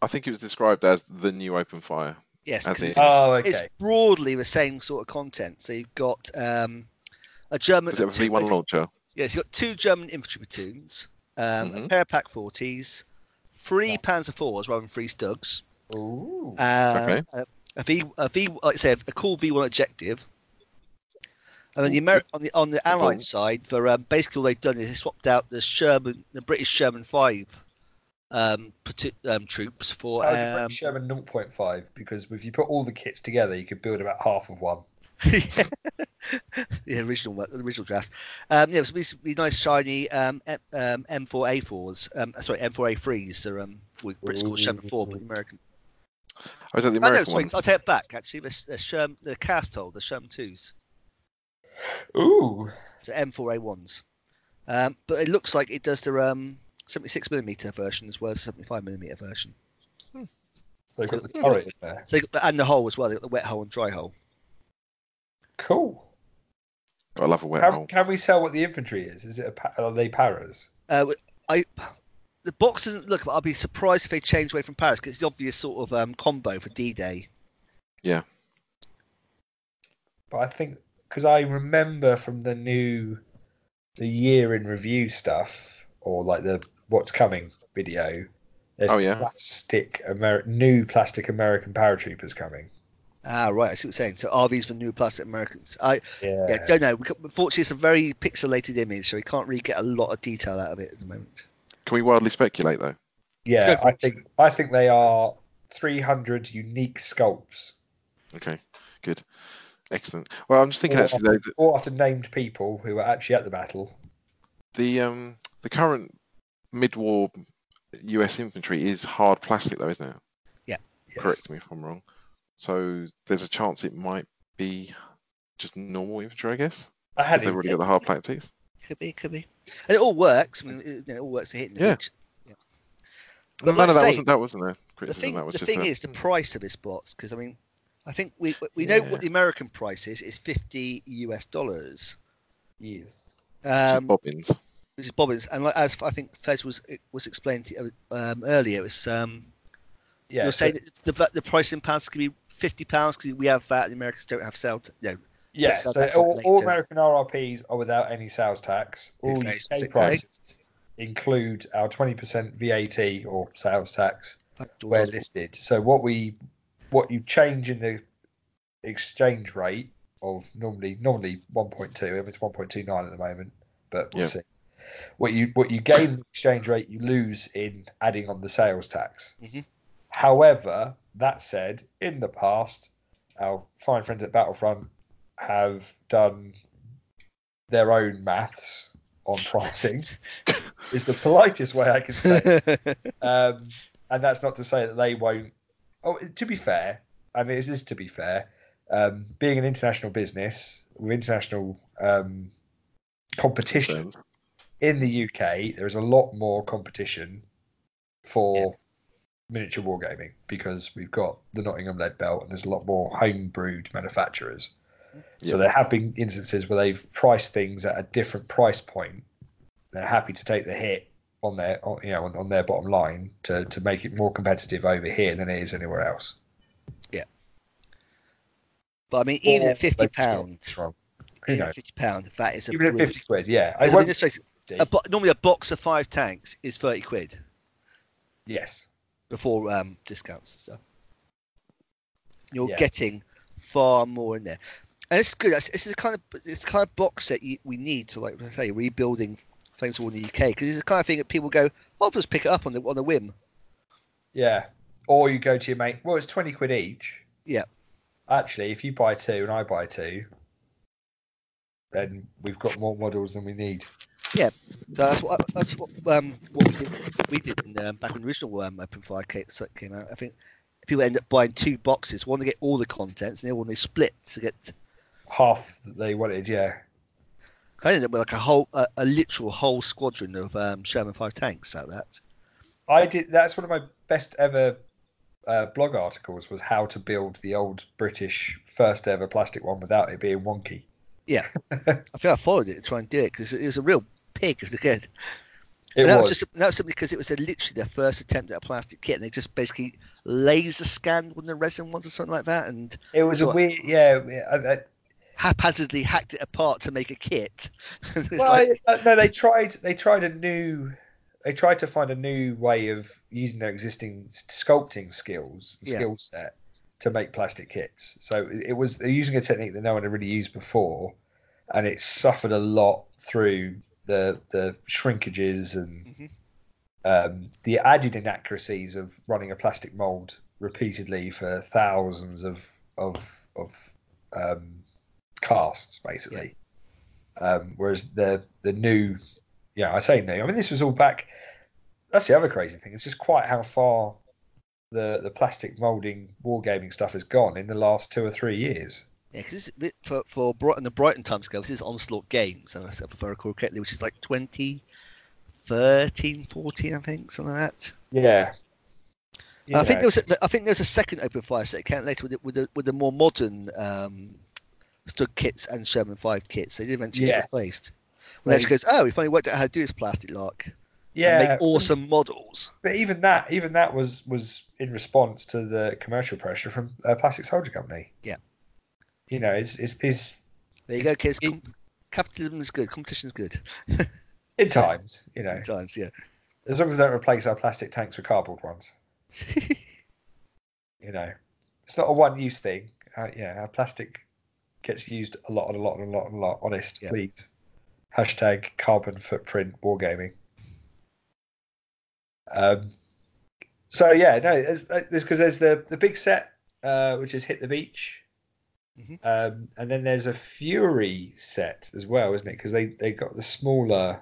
I think it was described as the new open fire. yes, As 'cause it- it's, Oh, okay. it's broadly the same sort of content. So you've got um, a German. Because it was the one launcher. Yes, you've got two German infantry platoons, um, a Mhm. pair of Pack 40s, three Yeah. Panzer IVs rather than three Stugs, Ooh. um, Okay. a, a V, a V, like I say, a cool V1 objective. And then the Ameri- on the on the Allied Cool. side, for um, basically all they've done is they swapped out the Sherman, the British Sherman Five um, platoon, um, troops for That was a um, Oh, British Sherman 0.5 because if you put all the kits together, you could build about half of one. the original one- the original draft. Um, yeah, it was basically nice shiny um, M- um, M4A4s. Um, sorry, M4A3s. They're um, we Brits call Sherman Four, but the American. Oh, is that the Oh, no, American sorry, one? I'll take it back. Actually, the the Sherm, the Casthold, the Sherman Twos, Ooh. so M4A1s. Um, but it looks like it does the um, 76 millimeter version as well as 75 millimeter version. They've got the turret in there. So they got the, and the hole as well. They got the wet hole and dry hole. Cool. Oh, I love a wet Can, hole. can we sell what the infantry is? Is it a pa- are they paras? Uh, I the box doesn't look, but I'll be surprised if they change away from Paris because it's the obvious sort of um, combo for D-Day. But I think because I remember from the new, the year in review stuff or like the what's coming video. There's Oh, yeah. plastic Amer- new plastic American paratroopers coming. Ah, right. I see what you're saying. So are these the new plastic Americans? I Yeah. yeah, don't know. We ca- Unfortunately, it's a very pixelated image, so we can't really get a lot of detail out of it at the moment. Can we wildly speculate though? Yeah, Go for I it. think I think they are 300 unique sculpts, Okay, good, excellent. Well, I'm just thinking Yeah. actually though, that all after named people who were actually at the battle. the um the current mid-war U.S. infantry is hard plastic though, isn't it? Yes. Correct me if I'm wrong. So there's a chance it might be just normal infantry, I guess. I had Because it. they've already got the hard plastics. Could be, could be. And it all works. I mean, it, it all works to hit in the Yeah. image. Yeah. No, But no, like I that say, wasn't that wasn't a the criticism. thing, that was the just thing a, is the price of this box because I mean, I think we we know Yeah. what the American price is. It's fifty US dollars, Yes. just um, bobbins. which is bobbins. And like, as I think Fez was it was explained to, um, earlier, it was um, Yeah. you're so- saying that the va- the price in pounds could be fifty pounds because we have VAT. The Americans don't have sale. T- no, yeah. so So that's all, what all later- American RRPs are without any sales tax. All Okay, UK okay. prices include our 20% VAT or sales tax fact, where listed. So what we what you change in the exchange rate of normally normally 1.2, if it's 1.29 at the moment, but we'll Yeah. see. What you what you gain in exchange rate, you lose in adding on the sales tax. Mhm. However, that said, in the past, our fine friends at Battlefront have done their own maths on pricing. is the politest way I can say it um, and that's not to say that they won't. Oh, to be fair, and it is to be fair, um, being an international business with international um, competition So, in the UK, there is a lot more competition for miniature wargaming because we've got the Nottingham lead belt and there's a lot more homebrewed manufacturers. So Yeah. there have been instances where they've priced things at a different price point. They're happy to take the hit on their on, you know on, on their bottom line to, to make it more competitive over here than it is anywhere else. but I mean, even Or at fifty they've just got pounds, this wrong. Who even at knows? fifty pound, that is a Even at brilliant- fifty quid, yeah. I It mean, won't let's face it, be a bo- normally a box of five tanks is thirty quid yes. before um, discounts and stuff. You're Yeah. getting far more in there, and it's good. It's, it's the kind of it's the kind of box that you, we need to like I say rebuilding things all in the UK because it's the kind of thing that people go, "Oh, "I'll just pick it up on the on the whim." Yeah. Or you go to your mate, well, it's 20 quid each. Yeah. Actually, if you buy two and I buy two, then we've got more models than we need. So that's what that's what um what we did, we did in, um, back when the original um, Open Fire came, so it came out. I think people end up buying two boxes, one to get all the contents, and the other one they split to get Half that they wanted, yeah. I ended up with like a whole, a, a literal whole squadron of um, Sherman five tanks out of that. I did. That's one of my best ever uh, blog articles was how to build the old British first ever plastic one without it being wonky. I think I followed it to try and do it because it was a real pig as a kid. It and that was, was just that was simply because it was a, literally their first attempt at a plastic kit, and they just basically laser scanned one of the resin ones or something like that, and it was a what- weird, yeah. yeah, I, I, haphazardly hacked it apart to make a kit. It's well, like- I- uh, no, they tried. They tried a new. They tried to find a new way of using their existing s- sculpting skills, Yeah. skill set, to make plastic kits. So it it was they're using a technique that no one had really used before, and it suffered a lot through the the shrinkages and Mhm. um, the added inaccuracies of running a plastic mold repeatedly for thousands of of of um, casts, basically. Um, whereas the the new, yeah, I say new. I mean, this was all back. That's the other crazy thing. It's just quite how far the the plastic molding wargaming stuff has gone in the last two or three years. yeah, because for for Brighton, the Brighton timescale, this is Onslaught Games, if I- if I recall correctly, which is like 2013, 14, I think, something like that. Yeah. I think there was a, I think there was a second open fire set that came out later with the, with the, with the more modern um, stud kits and Sherman five kits. They did eventually get Yes. replaced. They- Well, Lex goes, oh, we finally worked out how to do this plastic lark. and yeah, make awesome models. but even that, even that was was in response to the commercial pressure from uh, Plastic Soldier Company. Yeah. you know, it's it's, it's There you go, kids. It- Com- capitalism is good. Competition is good. in times, you know. Sometimes, yeah. As long as they don't replace our plastic tanks with cardboard ones, you know, it's not a one-use thing. Uh, yeah, our plastic gets used a lot and a lot and a lot and a lot. Honest, Yeah. please. Hashtag carbon footprint wargaming. Um, so yeah, no, there's because there's the the big set uh, which is hit the beach, Mhm. um, and then there's a fury set as well, isn't it? Because they they got the smaller.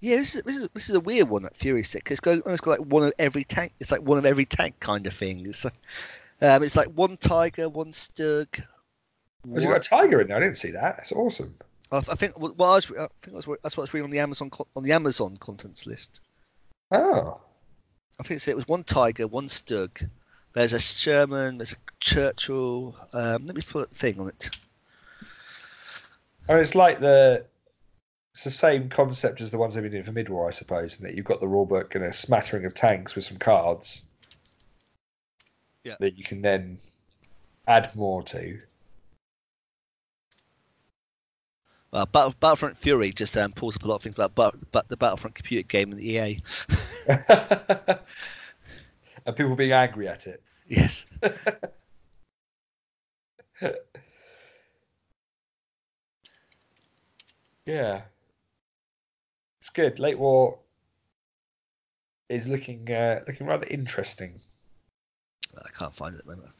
Yeah, this is this is this is a weird one that Fury said because it's got almost got like one of every tank. It's like one of every tank kind of thing. It's like, um, it's like one tiger, one Sturg. Has it got a tiger in there? I didn't see that. That's awesome. I, I think well, I, was, I think that's what, that's what I was reading on the Amazon co- on the Amazon contents list. Oh, I think it said it was one tiger, one Sturg. There's a Sherman. There's a Churchill. Um, let me put a thing on it. I mean, Oh, it's like the it's the same concept as the ones they've been doing for Midwar, I suppose, in that you've got the rule book and a smattering of tanks with some cards. Yeah. That you can then add more to. Well, Uh, Battle, Battlefront Fury just um, pulls up a lot of things about but, but the Battlefront computer game and the E EA. and people being angry at it. Yes. Yeah. It's good. Late War is looking uh, looking rather interesting. I can't find it at the moment.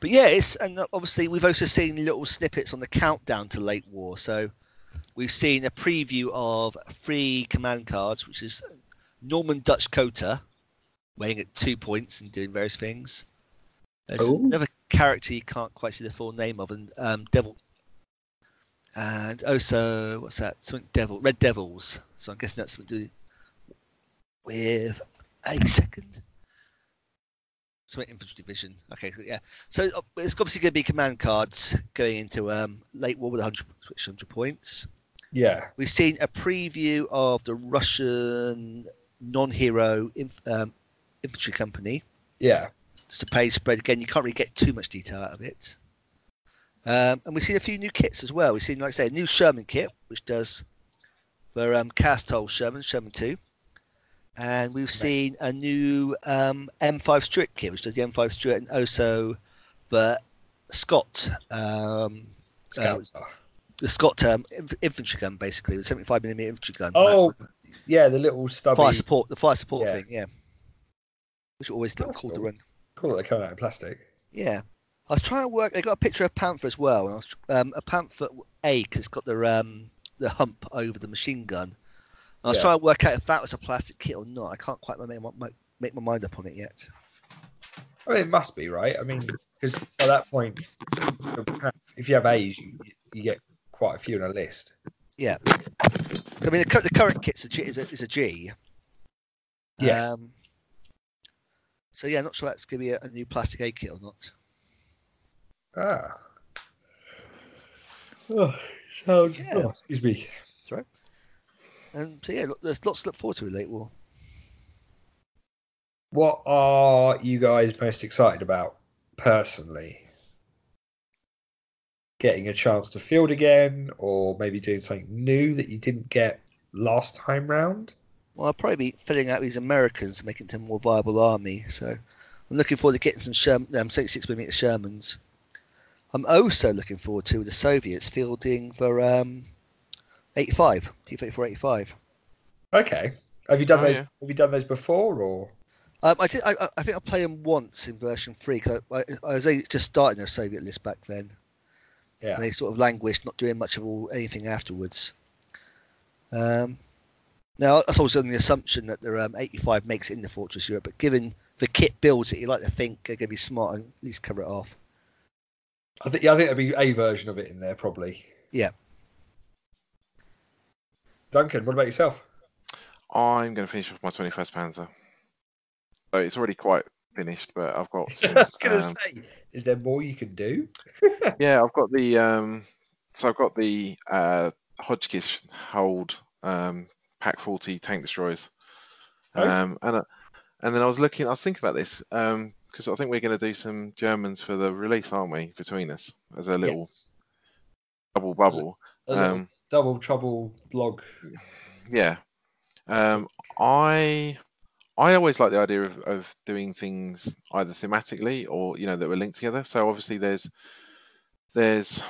But yeah, it's and obviously we've also seen little snippets on the countdown to late war. So we've seen a preview of three command cards, which is Norman Dutch Cota, weighing at two points and doing various things. There's Oh. another character you can't quite see the full name of, and um, Devil. And also, what's that? Something Devil, Red Devils. So I'm guessing that's something to do with a second. Something infantry division. Okay, so yeah. So uh, it's obviously going to be command cards going into um, late war with 100, which 100 points. Yeah. We've seen a preview of the Russian non-hero inf- um, infantry company. Yeah. Just a page spread again. You can't really get too much detail out of it. Um, and we've seen a few new kits as well. We've seen, like I say, a new Sherman kit, which does for um, cast hole Sherman, Sherman 2. And we've seen a new um, M5 Stuart kit, which does the M5 Stuart and also the Scott um, Scouts. the Scott um, inf- infantry gun, basically, the 75 millimeter infantry gun. Oh, That yeah, the little stubby. fire support, the fire support Yeah. thing, yeah. Which always look That's cool to cool. run. Cool, they come out in plastic. Yeah, I was trying to work. They got a picture of Panther as well, and I was, um, a Panther A has got the um, the hump over the machine gun. I was Yeah. trying to work out if that was a plastic kit or not. I can't quite make my, my, make my mind up on it yet. I mean, it must be right. I mean, because by that point, if you have A's, you, you get quite a few on a list. I mean, the, cur- the current kit's a G. Is a, is a G. Yes. Um, so yeah, not sure that's going to be a, a new plastic A kit or not. Ah. Oh, so, Yeah. oh, excuse me. And so yeah, look, there's lots to look forward to with late war. What are you guys most excited about personally? Getting a chance to field again, or maybe doing something new that you didn't get last time round? Well, I'll probably be filling out these Americans, making them a more viable army. So I'm looking forward to getting some Sherman, um, 66 mm Shermans. I'm also looking forward to the Soviets fielding for um, 85, T-34 85. Okay. Have you done Oh, those? yeah. Have you done those before, or Um, I, did, I, I- I think I played them once in version 3 because I, I, I was only just starting their Soviet list back then. yeah? And they sort of languished, not doing much of all anything afterwards. Um, now that's also on the assumption that the um, 85 makes it into Fortress Europe, but given the kit builds that you like to think are going to be smart and at least cover it off. I think yeah, I think there'll be a version of it in there probably. Yeah. Duncan, what about yourself? I'm going to finish off my 21st Panzer. So it's already quite finished, but I've got. I was some, going to um, say, is there more you can do? Yeah, I've got the um, so I've got the uh, Hodgkiss hold um, Pack 40 tank destroyers, Oh. um, and uh, and then I was looking, I was thinking about this um, because I think we're going to do some Germans for the release, aren't we? Between us as a little Yes. double bubble. A little Um, double trouble blog. yeah, um, I I always like the idea of, of doing things either thematically or you know that were linked together. So obviously there's there's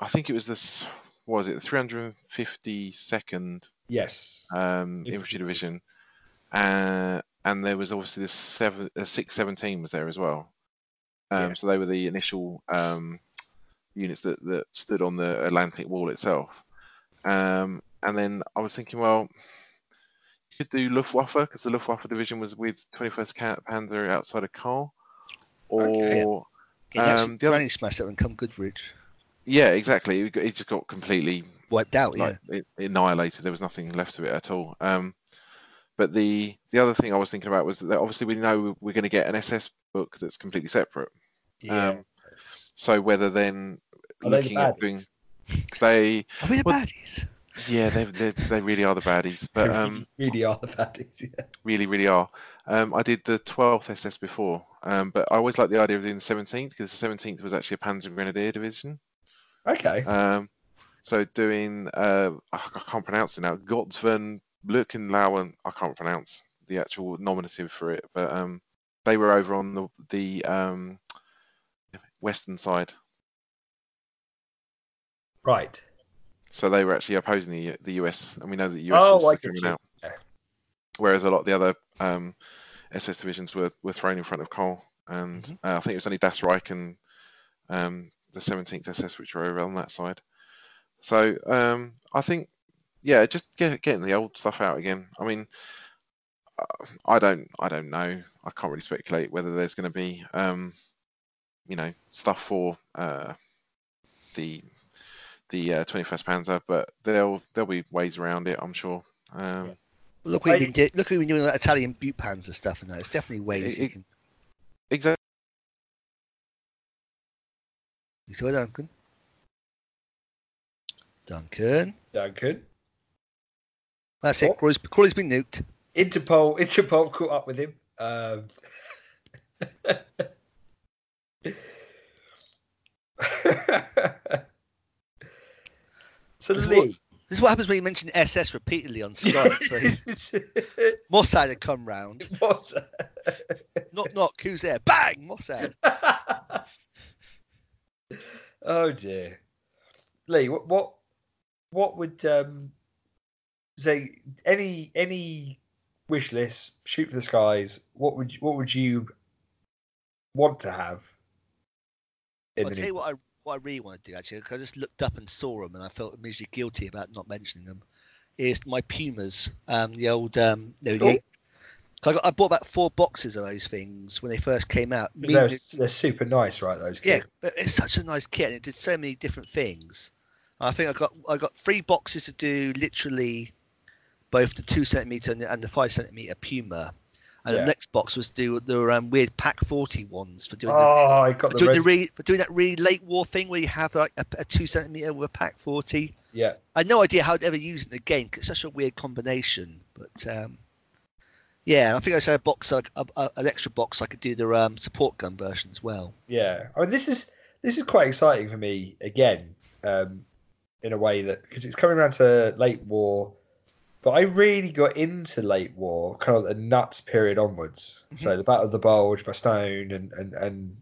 I think it was this what was it the 352nd Yes. um, Infantry infantry division, uh, and there was obviously this seven, uh, six seventeen was there as well. Um, Yeah. So they were the initial um, units that, that stood on the Atlantic Wall itself. Um, and then I was thinking, well, you could do Luftwaffe because the Luftwaffe division was with 21st Ca- Panzer outside of Carl, or Okay. It actually Um, the other- granny smashed up and come Goodridge. yeah, exactly. It got- it just got completely Wiped out, yeah. like it, it annihilated. There was nothing left of it at all. Um, but the the other thing I was thinking about was that obviously we know we're going to get an SS book that's completely separate. Yeah. Um, So whether then Are they the looking at baddies? doing they Are we the Well- baddies? yeah they, they they really are the baddies, but um really are the baddies. Yeah. really really are. Um, I did the 12th SS before, um, but I always like the idea of doing the 17th because the 17th was actually a Panzer Grenadier division. Okay. Um, so doing uh, I I can't pronounce it now. Gottsven Lückenlauen. I can't pronounce the actual nominative for it, but um, they were over on the the um, western side, right. so they were actually opposing the the US, and we know that the US Oh, I was can coming see. out. Yeah. Whereas a lot of the other um, SS divisions were, were thrown in front of Cole, and Mm-hmm. Mhm. uh, I think it was only Das Reich and um, the 17th SS which were over on that side. So um, I think, yeah, just get, getting the old stuff out again. I mean, uh, I don't, I don't know. I can't really speculate whether there's going to be, um, you know, stuff for uh, the the uh, 21st Panzer, but there'll there'll be ways around it, I'm sure. Um, Well, look, we've I- been do- look, we've been doing that Italian butte pans and stuff, and that. It's definitely ways It- you it- can. Exactly. You saw Duncan. Duncan. Duncan. That's Oh. it. Crawley's, Crawley's been nuked. Interpol. Interpol caught up with him. Um, so There's Lee. This is what happens when you mention SS repeatedly on Skype. so Mossad had come round. What's that? Knock, knock. Who's there? Bang! Mossad. oh dear, Lee. What what what would um say any any wish list? Shoot for the skies. What would you- what would you want to have? in I'll the tell new- you what I, what I really want to do, actually, because I just looked up and saw them and I felt immediately guilty about not mentioning them, is my Pumas. Um, the old, um, no, Oh. the, so I, got, I bought about four boxes of those things when they first came out. 'Cause they're, s- they're super nice, right? Those Yeah, kids. but it's such a nice kit, and it did so many different things. I think I got I got three boxes to do literally both the two centimeter and the, and the five centimeter Puma, and Yeah. the next box was do the um, weird Pack 40 ones for doing the, Oh, I got for the, doing, the red. re, for doing that really late war thing where you have like a, a two centimeter with a Pack 40. yeah, I had no idea how I'd ever use it in the game 'cause it's such a weird combination. But um, yeah, and I think I said a box, like a, a, an extra box, I could do the um, support gun version as well. yeah. I mean, this is this is quite exciting for me again, um, in a way that because it's coming around to late war, but I really got into late war kind of the nuts period onwards. Mm-hmm. So the Battle of the Bulge by Stone and and and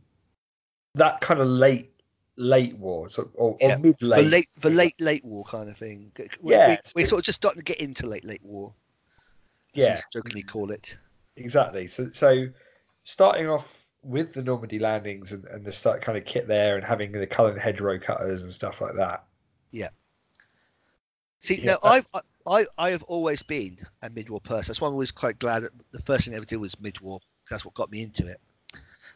that kind of late late war, sort of, or, Yeah, or mid the late. late the late late war kind of thing. We- we- Yeah. we, are sort of just starting to get into late late war. as we Yeah. jokingly call it. Exactly. So, so starting off with the Normandy landings and, and the start kind of kit there, and having the Cullen hedgerow cutters and stuff like that. See, Yeah, now I've I I have always been a mid war person. That's why I'm always quite glad that the first thing I ever did was mid war. That's what got me into it.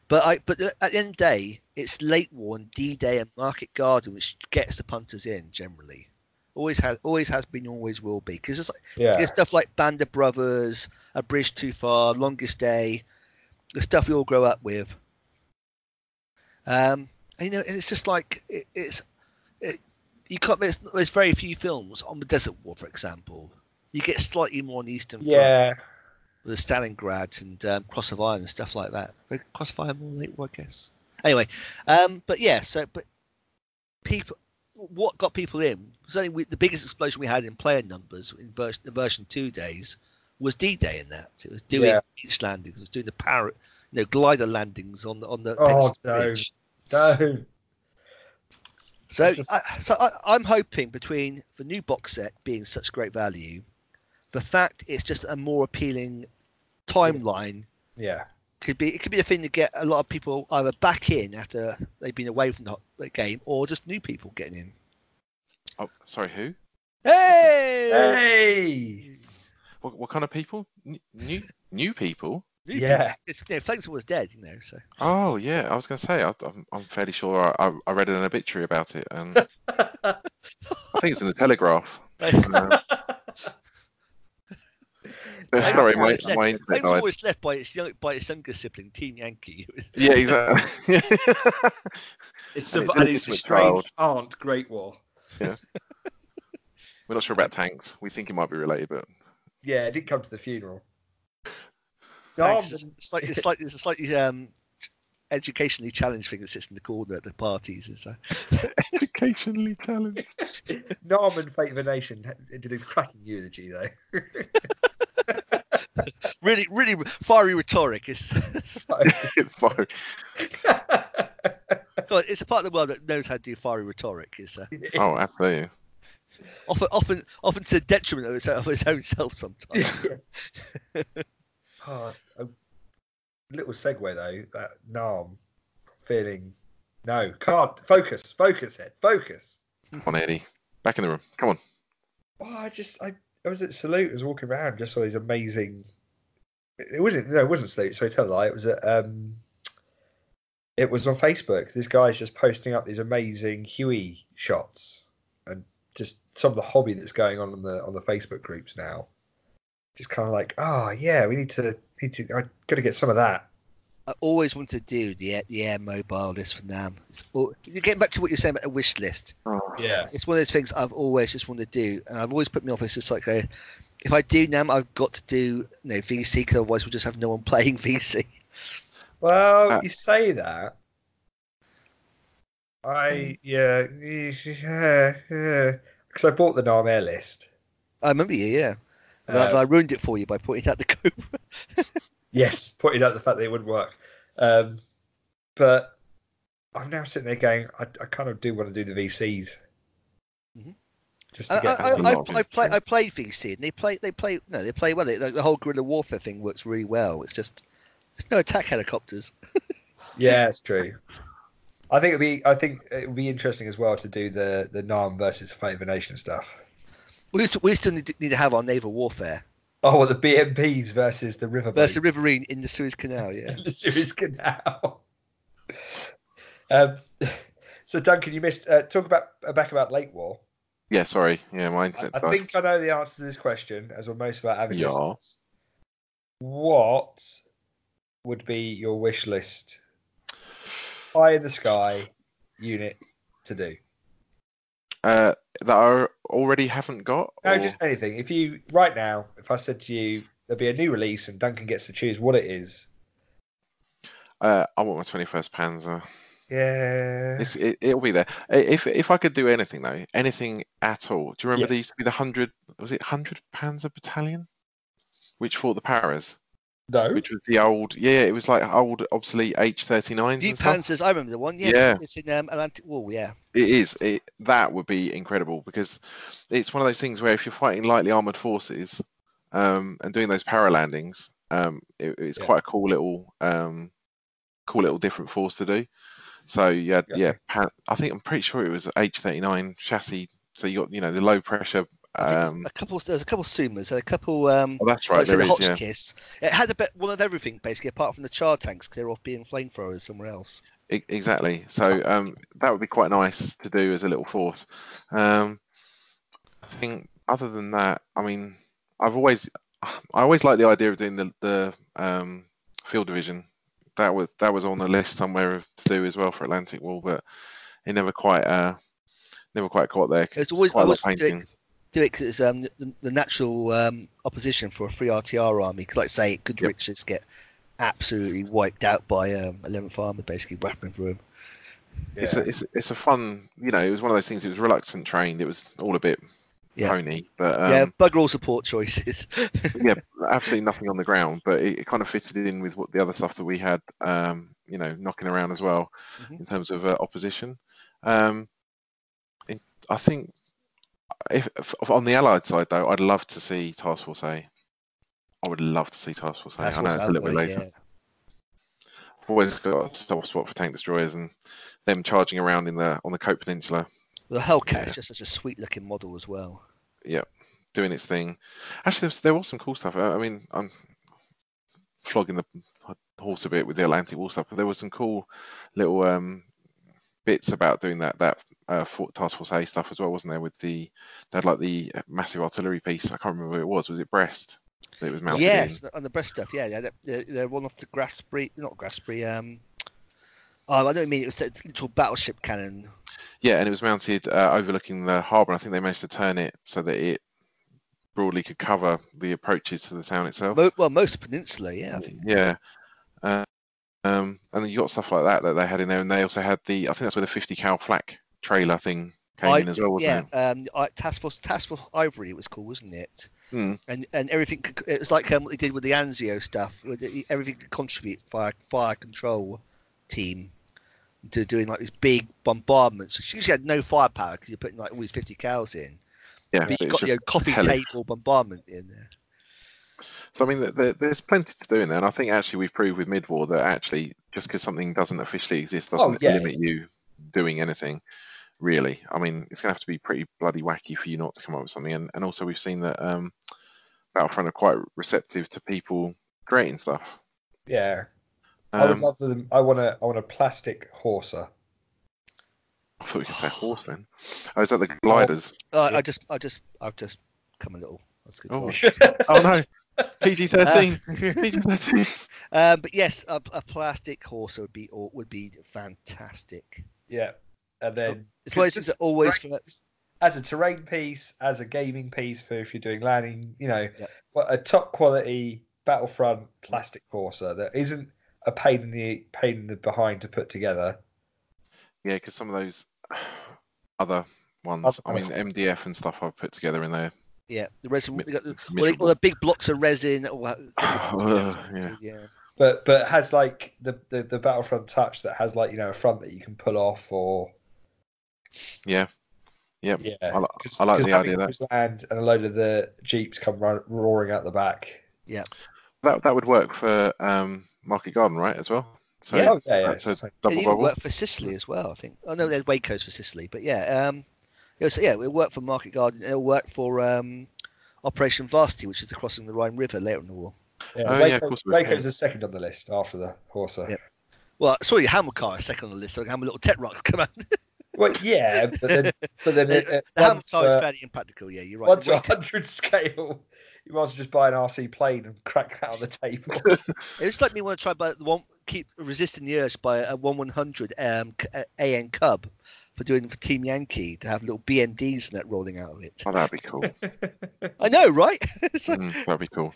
But I but at the end of the day, it's late war and D Day and Market Garden which gets the punters in generally. Always has always has been always will be because it's Yeah. It's stuff like Band of Brothers, A Bridge Too Far, Longest Day, the stuff we all grow up with. Um, and, you know, and it's just like it, it's it, you can't. There's, there's very few films on the Desert War, for example. You get slightly more on Eastern Front, yeah. with the Stalingrads and um, Cross of Iron and stuff like that. But Cross of Iron more late war, I guess. Anyway, um, but yeah, so but people, what got people in? Certainly, we, the biggest explosion we had in player numbers in version, the version two days was D-Day in that. It was doing Yeah. beach landings. It was doing the parrot, you know, glider landings on the on the Oh, Penzance no. Bridge. No. So, Just- I, so I, I'm hoping between the new box set being such great value, the fact it's just a more appealing timeline Yeah. could be it could be a thing to get a lot of people either back in after they've been away from the the game, or just new people getting in. Oh, sorry, who? Hey, Uh, Hey. What, what kind of people? N- New new people? New Yeah. people. It's, you know, Flakes was dead, you know. So Oh yeah, I was going to say I, I'm, I'm fairly sure I, I read an obituary about it, and I think it's in the Telegraph. Uh, sorry, my, Flakes was my left- internet Flakes was died. always left by his young, by his younger sibling, Team Yankee. Yeah, exactly. It's, And a, it and didn't it's a with strange Child. aunt Great War. We're not sure about tanks. We think it might be related, but Yeah, it did come to the funeral. Thanks. Dom- It's slightly, it's slightly, it's a slightly um, educationally challenged thing that sits in the corner at the parties. And so, educationally challenged. Norman Fate of a Nation did a cracking eulogy, though. really, really fiery rhetoric. It's, God, it's a part of the world that knows how to do fiery rhetoric. It's uh, oh, absolutely. often, often, often to the detriment of its, of its own self sometimes. oh, a little segue, though. That Narm feeling. No, can't. Focus, focus, head, focus. Come on, Eddie. Back in the room. Come on. Oh, I just, I, I was at Salute, I was walking around, just saw these amazing. It wasn't, no, it wasn't Salute, so I tell a lie. It was at, um, it was on Facebook. This guy's just posting up these amazing Huey shots and just some of the hobby that's going on on the on the Facebook groups now. Just kind of like, oh yeah, we need to need to. I got to get some of that. I always want to do the air, the air mobile list for Nam. It's all, you're getting back to what you're saying about a wish list. Yeah, It's one of those things I've always just wanted to do, and I've always put me off. It's just like a, if I do Nam, I've got to do you know, VC because otherwise we'll just have no one playing VC. Well, Uh, you say that. Hmm. I yeah yeah yeah because I bought the Narm Air list. I remember you, yeah. And I, Uh, I ruined it for you by pointing out the code. Yes, pointing out the fact that it wouldn't work. Um, but I'm now sitting there going, I, I kind of do want to do the VCs. Mhm. Just I, to get I, that that I, lot. I, I play I play VC and they play they play no they play well. They, like, the whole guerrilla warfare thing works really well. It's just there's no attack helicopters. Yeah, it's true. I think it'd be I think it would be interesting as well to do the the NAM versus Fate of a Nation stuff. We still, we still need, need to have our naval warfare. Oh, well, the BMPs versus the riverboat Versus the Riverine in the Suez Canal, yeah. the Suez Canal. um, so, Duncan, you missed uh, talk about uh, back about Lake War. Yeah, sorry. Yeah, my I, internet I died. think I know the answer to this question, as will most of our avid Yeah. listeners. What would be your wish list? Eye in the sky unit to do. Uh, that I already haven't got. No, or- just anything. If you right now, if I said to you there'll be a new release and Duncan gets to choose what it is. Uh, I want my twenty-first Panzer. Yeah. It's, it, it'll be there. I- If if I could do anything though, anything at all. Do you remember Yeah. there used to be the hundred? Was it hundred Panzer Battalion, which fought the Paras, No. which was the old? Yeah, it was like old obsolete H thirty nines. New Panzers, I remember the one, yes. Yeah. It's in um, Atlantic Wall, yeah. It is. It, that would be incredible because it's one of those things where if you're fighting lightly armored forces um, and doing those power landings, um, it, it's Yeah. quite a cool little, um, cool little different force to do. So yeah, Yeah. yeah. Pan- I think I'm pretty sure it was H39 chassis. So you got you know the low pressure. I think there's Um, a couple there's a couple Sumas, a couple um oh, that's like I right. said, There the is. Yeah. Hotchkiss. It had a bit one of everything basically, apart from the char tanks, 'cause they're off being flamethrowers somewhere else. E- Exactly. So Oh. um, that would be quite nice to do as a little force. Um, I think other than that, I mean, I've always, I always like the idea of doing the the um, field division. That was that was on the list somewhere of- to do as well for Atlantic Wall, but it never quite uh, never quite got there. 'cause It's always quite I a lot always of do painting. it, do it 'cause it's um the, the natural um opposition for a free RTR army. 'Cause like say, could Yep. Richards get absolutely wiped out by um 11th Armour basically wrapping through him? It's a it's, it's a fun, you know. It was one of those things. It was reluctant trained. It was all a bit Yeah. pony, but um, yeah, bugger all support choices. yeah, absolutely nothing on the ground, but it, it kind of fitted in with what the other stuff that we had, um, you know, knocking around as well Mhm. in terms of uh, opposition. Um, it, I think if, if on the Allied side though, I'd love to see Task Force A. I would love to see Task Force A. I That's know what's it's a out little bit there, later. I've always got a soft spot for tank destroyers and them charging around in the on the Cope Peninsula, The Hellcat Yeah. is just such a sweet looking model as well. doing its thing. Actually, there was, there was some cool stuff. I, I mean, I'm flogging the horse a bit with the Atlantic Wall stuff, but there was some cool little um, bits about doing that that uh, for, Task Force A stuff as well, wasn't there? With the they had like the massive artillery piece. I can't remember what it was. Was it breast? That it was mounted. yes, in? on the breast stuff. Yeah, yeah they're- they're, they're one off the Grasbury, not Grasbury. Um, oh, I don't mean it was that little battleship cannon. Yeah, and it was mounted uh, overlooking the harbour. and I think they managed to turn it so that it broadly could cover the approaches to the town itself. Mo- well, most of the peninsula, yeah. I think. Yeah. Uh, um, and then you got stuff like that that they had in there, and they also had the I think that's where the 50 cal flak trailer thing came I- in as well, wasn't yeah, it? um, I, Task Force Task Force Ivory it was called, wasn't it? Hmm. And and everything could- it was like um, what they did with the Anzio stuff. where they- Everything could contribute fire fire control team to doing like these big bombardments. Which usually had no firepower because you're putting like all these fifty cows in. Yeah. But but you've it's got your just coffee hellish. table bombardment in there. So I mean, th th there's plenty to do in there, and I think actually we've proved with mid-war that actually just because something doesn't officially exist doesn't yeah. limit you doing anything. Really, I mean, it's gonna have to be pretty bloody wacky for you not to come up with something. And, and also, we've seen that um, Battlefront are quite receptive to people creating stuff. Yeah, Um, I would love them. I want a I want a plastic horser. I thought we could say horse then. Oh, is that the gliders? Uh, I just I just I've just come a little. That's good. Oh. Ah. point. Oh no, PG thirteen. PG thirteen. Um, but yes, a, a plastic horse would be or would be fantastic. yeah, and then It's why it's always for, as a terrain piece, as a gaming piece for if you're doing landing, you know, Yep. what a top quality Battlefront plastic horser that isn't a pain in the pain in the behind to put together. Yeah, because some of those other ones. Other I mean, MDF and stuff I've put together in there. Yeah, the resin. Mi- they got the, all, the, miserable. Oh, all the big blocks of resin. all that- yeah. yeah. But but has like the, the the Battlefront touch that has like you know a front that you can pull off or Yeah. Yep. yeah. I, li- 'Cause- I like 'cause the having idea of that. those land and a load of the jeeps come ro- roaring out the back. that that would work for um, Market Garden, right? As well. So Yeah. oh yeah, yeah. that's a So- double It even bubble. worked for Sicily as well, I think. Oh no, there's Waco's for Sicily, but yeah, um, it was, yeah, it worked for Market Garden. It worked for um, Operation Varsity, which is the crossing the Rhine River later in the war. yeah, Oh, yeah, of Waco- course we- Waco's the second on the list after the horser. Yep. Well, sorry, Hamilcar is second on the list. So Hammer little Tet Rocks come out. Well, yeah, but then, but then it, it, The once, Hamilcar is uh, fairly impractical. Yeah, you're right. once The a Waco- hundred scale, you might as well just buy an RC plane and crack that on the table. It was like me want to try by the one keep resisting the urge by a one one hundred um, c- uh, AN Cub for doing for Team Yankee to have little BMDs and that rolling out of it. Oh, that'd be cool. I know, right? It's like- Mm, that'd be cool.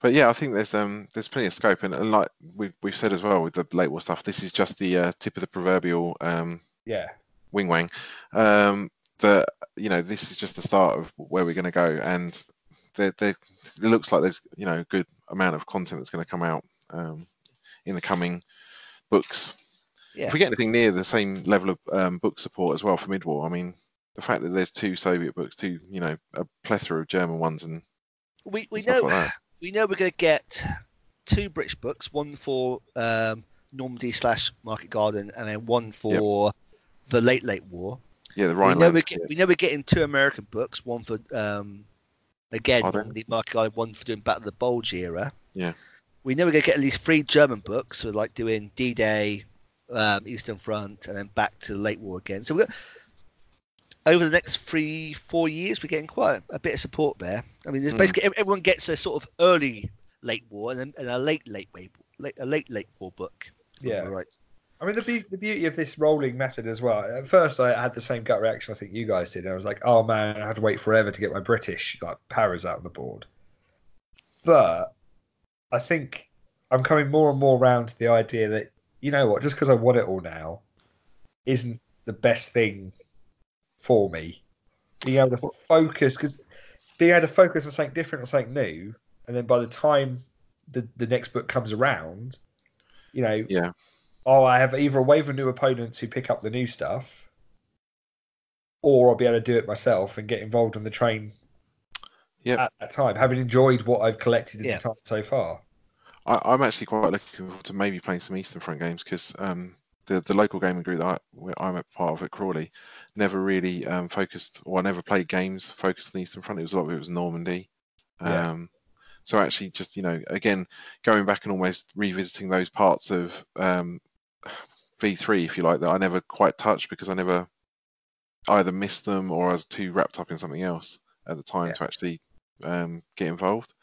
But yeah, I think there's um there's plenty of scope, and, and like we've we've said as well with the late war stuff, this is just the uh, tip of the proverbial um yeah, wing wang um that you know this is just the start of where we're going to go and there, there it looks like there's you know a good amount of content that's going to come out um in the coming books Yeah. if we get anything near the same level of um, book support as well for mid-war i mean the fact that there's two soviet books two you know a plethora of german ones and we we stuff know like that we know we're going to get two British books, one for um, Normandy slash Market Garden, and then one for the Late Late War. yeah the We know, rhineland we're get, we know we're getting two American books, one for um, again Pardon? Normandy Market Garden, one for doing Battle of the Bulge era. Yeah. We know we're going to get at least three German books for like doing D Day, um, Eastern Front, and then back to the Late War again. So we're over the next three, four years, we're getting quite a, bit of support there. I mean, there's Hmm. basically ev- everyone gets a sort of early late war and, then- and a late late late late a late late war book. if I Yeah. remember right. I mean the, be- the beauty of this rolling method as well. At first, I had the same gut reaction I think you guys did. I was like, oh man, I have to wait forever to get my British like powers out of the board. But I think I'm coming more and more round to the idea that you know what, just because I want it all now, isn't the best thing for me. being able to focus because being able to focus on something different or something new, and then by the time the, the next book comes around, you know, Yeah. oh, I have either a wave of new opponents who pick up the new stuff, or I'll be able to do it myself and get involved on the train Yep. at that time, having enjoyed what I've collected in Yeah. the time so far. I, I'm actually quite looking forward to maybe playing some Eastern Front games because um, the the local gaming group that I, where I'm a part of at Crawley never really um, focused or never played games focused on the Eastern Front. It was a lot of it was Normandy. Yeah. Um, So actually, just you know, again, going back and almost revisiting those parts of um, V3, if you like, that I never quite touched because I never either missed them or I was too wrapped up in something else at the time Yeah. to actually um, get involved.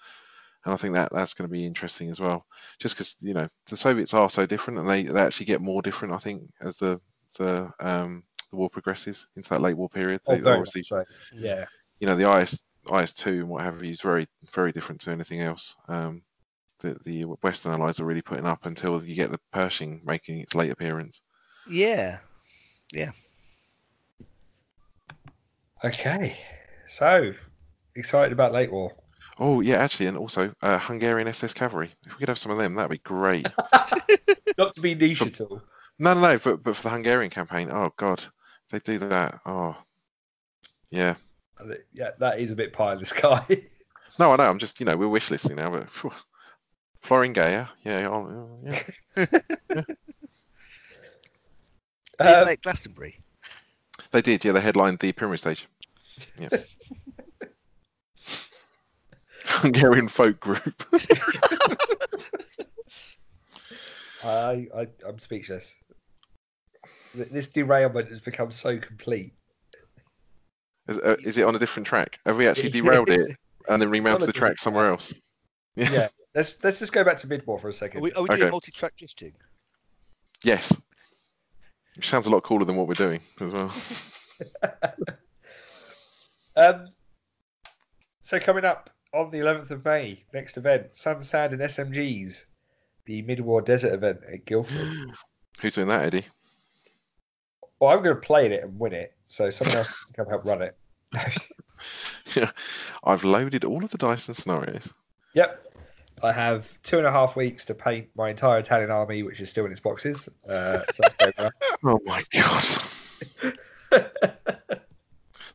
And I think that that's going to be interesting as well, just because you know the Soviets are so different, and they, they actually get more different. I think as the the um, the war progresses into that late war period, Oh, they very obviously Mm. much so. Yeah, you know the IS IS two and what have you is very very different to anything else. Um, that the Western Allies are really putting up until you get the Pershing making its late appearance. Yeah. okay. So excited about late war. Oh yeah, actually, and also uh, Hungarian SS cavalry. If we could have some of them, that'd be great. Not to be niche at all. no, no, no, but but for the Hungarian campaign, oh god, if they do that. Oh, yeah. Yeah, that is a bit pie in the sky. No, I know. I'm just you know we're wish listing now, but phew, Floringaea, yeah, I'll- yeah. They Um, play Glastonbury. They did, yeah. They headlined the Pyramid Stage. Yeah. Hungarian folk group. I, I, I'm speechless. Th- This derailment has become so complete. Is, uh, is it on a different track? Have we actually derailed it and then remounted on a the track different somewhere else? Yeah. Yeah. Let's let's just go back to mid war for a Are second. we, are we Okay. doing multi-track drifting? Yes. Which sounds a lot cooler than what we're doing as well. Um, so coming up on the 11th of May, next event, Sun, Sand, and SMGs, the mid-war desert event at Guildford. Who's doing that, Eddie? Well, I'm going to play in it and win it, so someone else needs to come help run it. I've loaded all of the dice and scenarios. Yep. I have two and a half weeks to paint my entire Italian army, which is still in its boxes. Uh, so that's going well. Oh my god.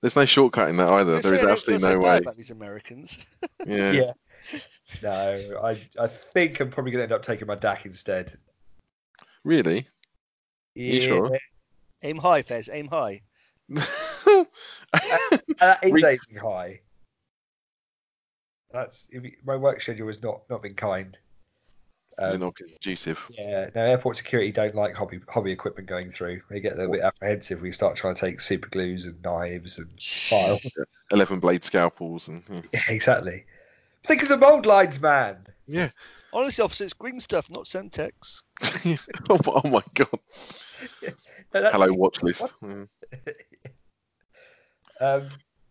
There's no shortcut in that either. There is Yeah, I absolutely feel no so bad way. About these Americans. Yeah. Yeah. No, I, I think I'm probably going to end up taking my DAC instead. Really? Yeah. sure? Aim high, Fez. Aim high. Uh, that is Re- aiming high. That's if you- my work schedule has not not been kind. Is it Um, not conducive? yeah, no. Airport security don't like hobby hobby equipment going through. They get a little bit apprehensive. We start trying to take super glues and knives and file. 11 blade scalpels and. hmm. yeah. yeah, exactly. Think of the mold lines, man. Honestly, officer, it's green stuff, not Semtex. oh, my- oh my god. No, that's- Hello, watch list. Hmm. Yeah. Um,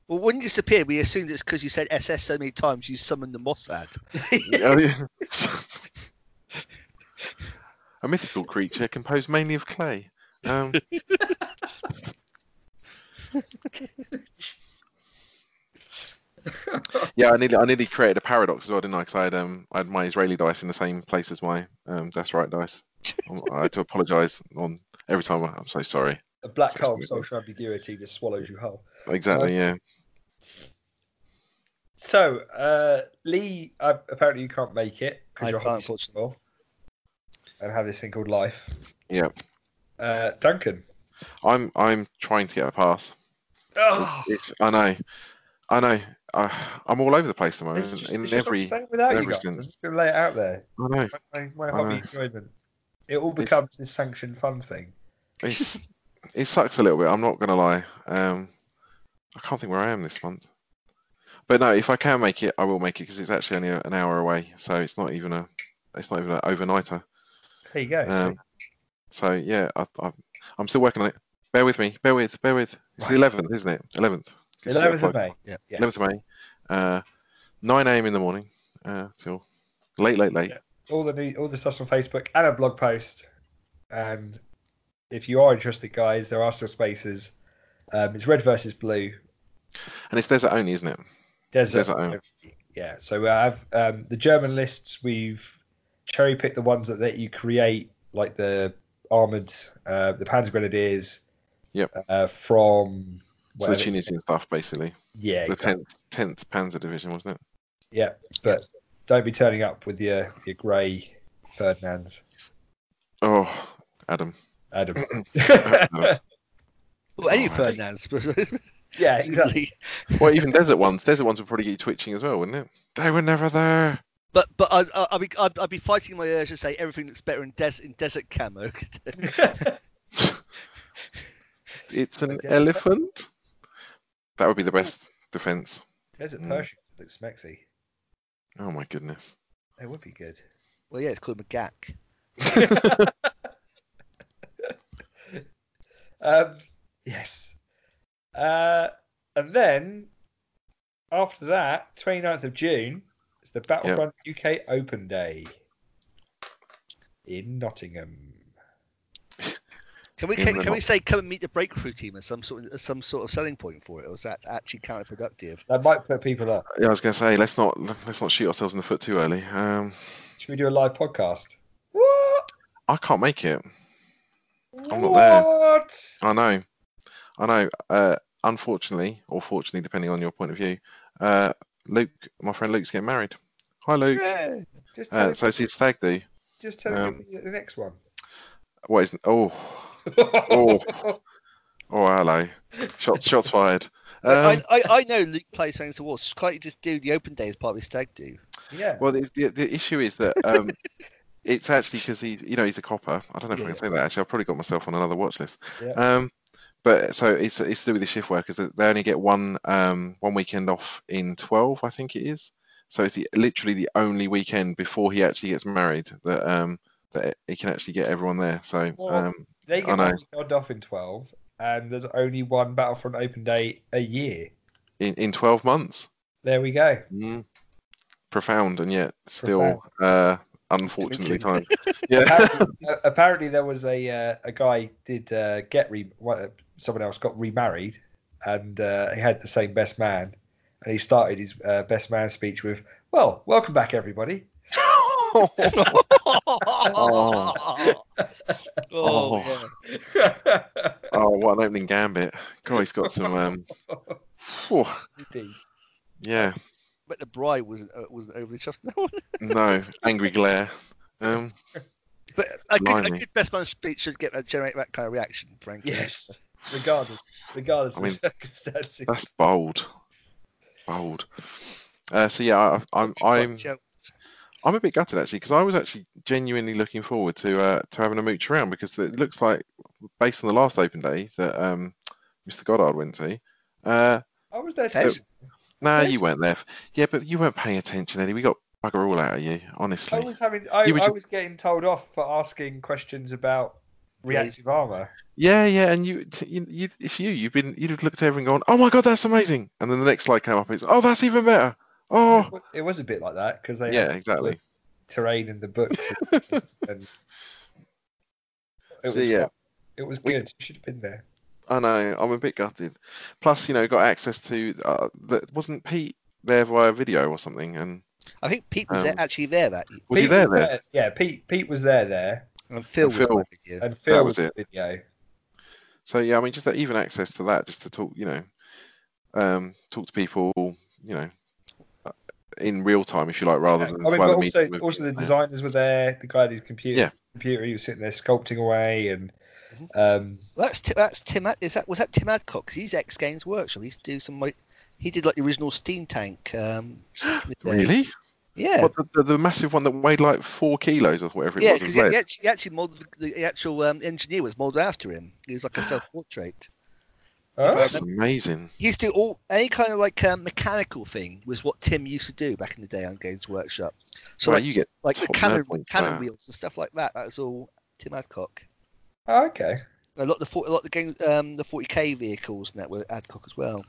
Well, when you disappeared, we assumed it's because you said SS so many times you summoned the Mossad. Oh, yeah. A mythical creature composed mainly of clay. Um, yeah, I nearly, I nearly created a paradox as well, didn't I? 'Cause I had, um, I had my Israeli dice in the same place as my um, that's right dice. Um, I had to apologise on every time. I- I'm so sorry. a black hole of social ambiguity just swallows you whole. Exactly. Yeah. So, uh, Lee, uh, apparently you can't make it I because you're can't, can't, unfortunately. And have this thing called life. Yeah. Uh, Duncan. I'm I'm trying to get a pass. Oh, It's, I know. I know. I, I'm all over the place at the moment. it's just, in it's just every, not the same without you every guys. I'm sense. just going to lay it out there. I know. My, my I hobby know. enjoyment. It all It's- becomes this sanctioned fun thing. it's it sucks a little bit. I'm not gonna lie. Um, I can't think where I am this month. But no, if I can make it, I will make it because it's actually only a- an hour away, so it's not even a it's not even an overnighter. There you go. see? Um, so yeah, I, I, I'm still working on it. Bear with me. Bear with. Bear with. It's Right. the 11th, isn't it? 11th. It's 11th four of o'clock. May. Yeah. Yes. 11th of May. Uh, 9 a.m. in the morning uh, till late, late, late. Yeah. all the new, all the stuff's on Facebook and a blog post. And if you are interested, guys, there are still spaces. Um, it's red versus blue, And it's desert only, isn't it? Desert. Desert Island. Yeah. So we have um, the German lists. We've cherry picked the ones that let you create, like the armored, uh, the Panzer Grenadiers. Yep. Uh, from. So the whatever- Tunisian stuff, basically. Yeah. The Exactly. 10th, 10th Panzer Division, wasn't it? Yeah. But don't be turning up with your your grey Ferdinands, Oh, Adam. Adam. Well, any Alright. Fernandes, but yeah. Exactly. Well, even desert ones. Desert ones would probably get you twitching as well, wouldn't it? They were never there. but but I, I, I'll be I'd, I'd be fighting my urge to say everything looks better in desert in desert camo. It's an Desert. elephant. That would be the best defense. Desert Mm. Persian looks smexy. Oh my goodness. They would be good. well, yeah, it's called McGack. Um, yes. Uh, and then after that, 29th of June, it's the Battlefront UK Open Day in Nottingham. Can we Yeah, can, but can we not- say come and meet the breakthrough team as some sort of, as some sort of selling point for it, or is that actually counterproductive? That might put people up. Yeah, I was gonna say let's not let's not shoot ourselves in the foot too early. Um, Should we do a live podcast? What? I can't make it. I'm not there. what? I know, I know. Uh, unfortunately, or fortunately, depending on your point of view, uh, Luke, my friend Luke's getting married. Hi, Luke. Yeah. Just tell, Uh, so it's his stag do. just tell um, me the next one. What is? Oh, oh, oh, hello. Shots, shots fired. Um, I, I, I know Luke plays things to Wars. Can't you just do the open day as part of his stag do? yeah. Well, the, the, the issue is that um, it's actually because he's, you know, he's a copper. I don't know if Yeah, I can say that. Actually, I've probably got myself on another watch list. Yeah. Um, but so it's it's to do with the shift workers. that They only get one um, one weekend off in twelve, I think it is. So it's the, literally the only weekend before he actually gets married that um, that he can actually get everyone there. So Well, um, They I get know. one weekend off in 12, and there's only one Battlefront Open Day a year. in, in twelve months, There we go. Mm. profound and yet still uh, unfortunately time. Yeah. apparently, uh, apparently there was a uh, a guy did uh, get re one- uh, someone else got remarried, and uh, he had the same best man, and he started his uh, best man speech with, "Well, welcome back, everybody." oh, yeah. Indeed. Oh, what an opening gambit! God, he's got some. Um, phew, yeah, But the bride wasn't uh, wasn't overly chuffed. No, no, angry glare. Um, but a good, a Blimey. good best man speech should get that generate that kind of reaction, frankly. yes, regardless, regardless I mean, of circumstances. that's bold, bold. Uh, so yeah, I, I'm I'm Yeah. I'm a bit gutted actually because I was actually genuinely looking forward to uh, to having a mooch around because it looks like based on the last open day that um, Mr. Goddard went to. Uh, I was there too. Yes. no, Yes. you weren't there. Yeah, but you weren't paying attention, Eddie. We got bugger all out of you, I honestly. Oh, was having. I, You were I just- was getting told off for asking questions about reactive armor. Yeah, yeah, and you, t- you, you it's you. You've been, you've looked at everyone going, "Oh my god, that's amazing!" And then the next slide came up, it's, "Oh, that's even better." Oh, It was a bit like that because they yeah, exactly. terrain in the books. and it So, was yeah. fun. it was We- good. You should have been there. I know. I'm a bit gutted. Plus, you know, got access to uh, that wasn't Pete there via video or something, and I think Pete was Um, actually there that year, was he there there? Yeah, Pete. Pete was there there, and Phil was Phil. there that year. and Phil was, was it. in the video. So yeah, I mean, just that even access to that, just to talk, you know, um, talk to people, you know, uh, in real time, if you like, rather I mean, than but via the also, meeting with- also the designers were there. The guy at his computer, Yeah. Mm-hmm. computer, he was sitting there sculpting away, and um, Well, that's Ti- that's Tim. Ad- Is that was that Tim Adcock? 'Cause he's X Games Workshop. He used to do some like he did like the original Steam Tank. Um, Really? Yeah. What, the, the, the massive one that weighed like four kilos or whatever it yeah, was. was because he, red. he actually, he actually molded the, the actual um, engineer was molded after him. He was like a self-portrait. oh, That's amazing. He used to do all any kind of like um, mechanical thing was what Tim used to do back in the day on Games Workshop. So Wow, like, you get like the top cannon, nerd points for cannon that. wheels and stuff like that. That was all Tim Adcock. oh, okay. A lot of the 40, a lot of the games, um, the 40k vehicles and that were Adcock as well.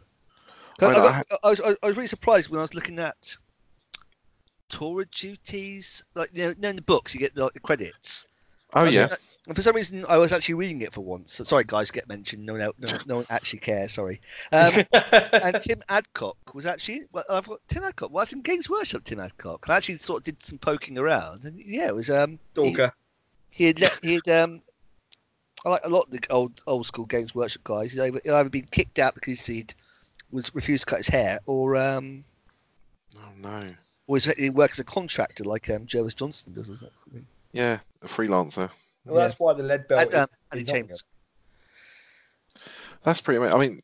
'Cause I I, know, got- I was, I was- I was really surprised when I was looking at Torah duties. Like you know, you know in the books you get like, the credits, Oh yeah, And for some reason, I was actually reading it for once. Sorry, guys, get mentioned. No, no, no, no one actually cares. Sorry. Um, and Tim Adcock was actually. Well, I thought Tim Adcock. Well, that's in King's Worship. Tim Adcock. And I actually sort of did some poking around, and yeah, it was. Um, Stalker. he had. Let, he had. Um, I like a lot of the old old school Games Workshop guys. He'd either, he'd either been kicked out because he was refused to cut his hair, or um, oh no, or he's- he worked as a contractor like um, Jervis Johnston does. Or something. yeah, a freelancer. Well, that's why the lead belt. And, um, is Andy not Chambers. That's pretty. ama- I mean,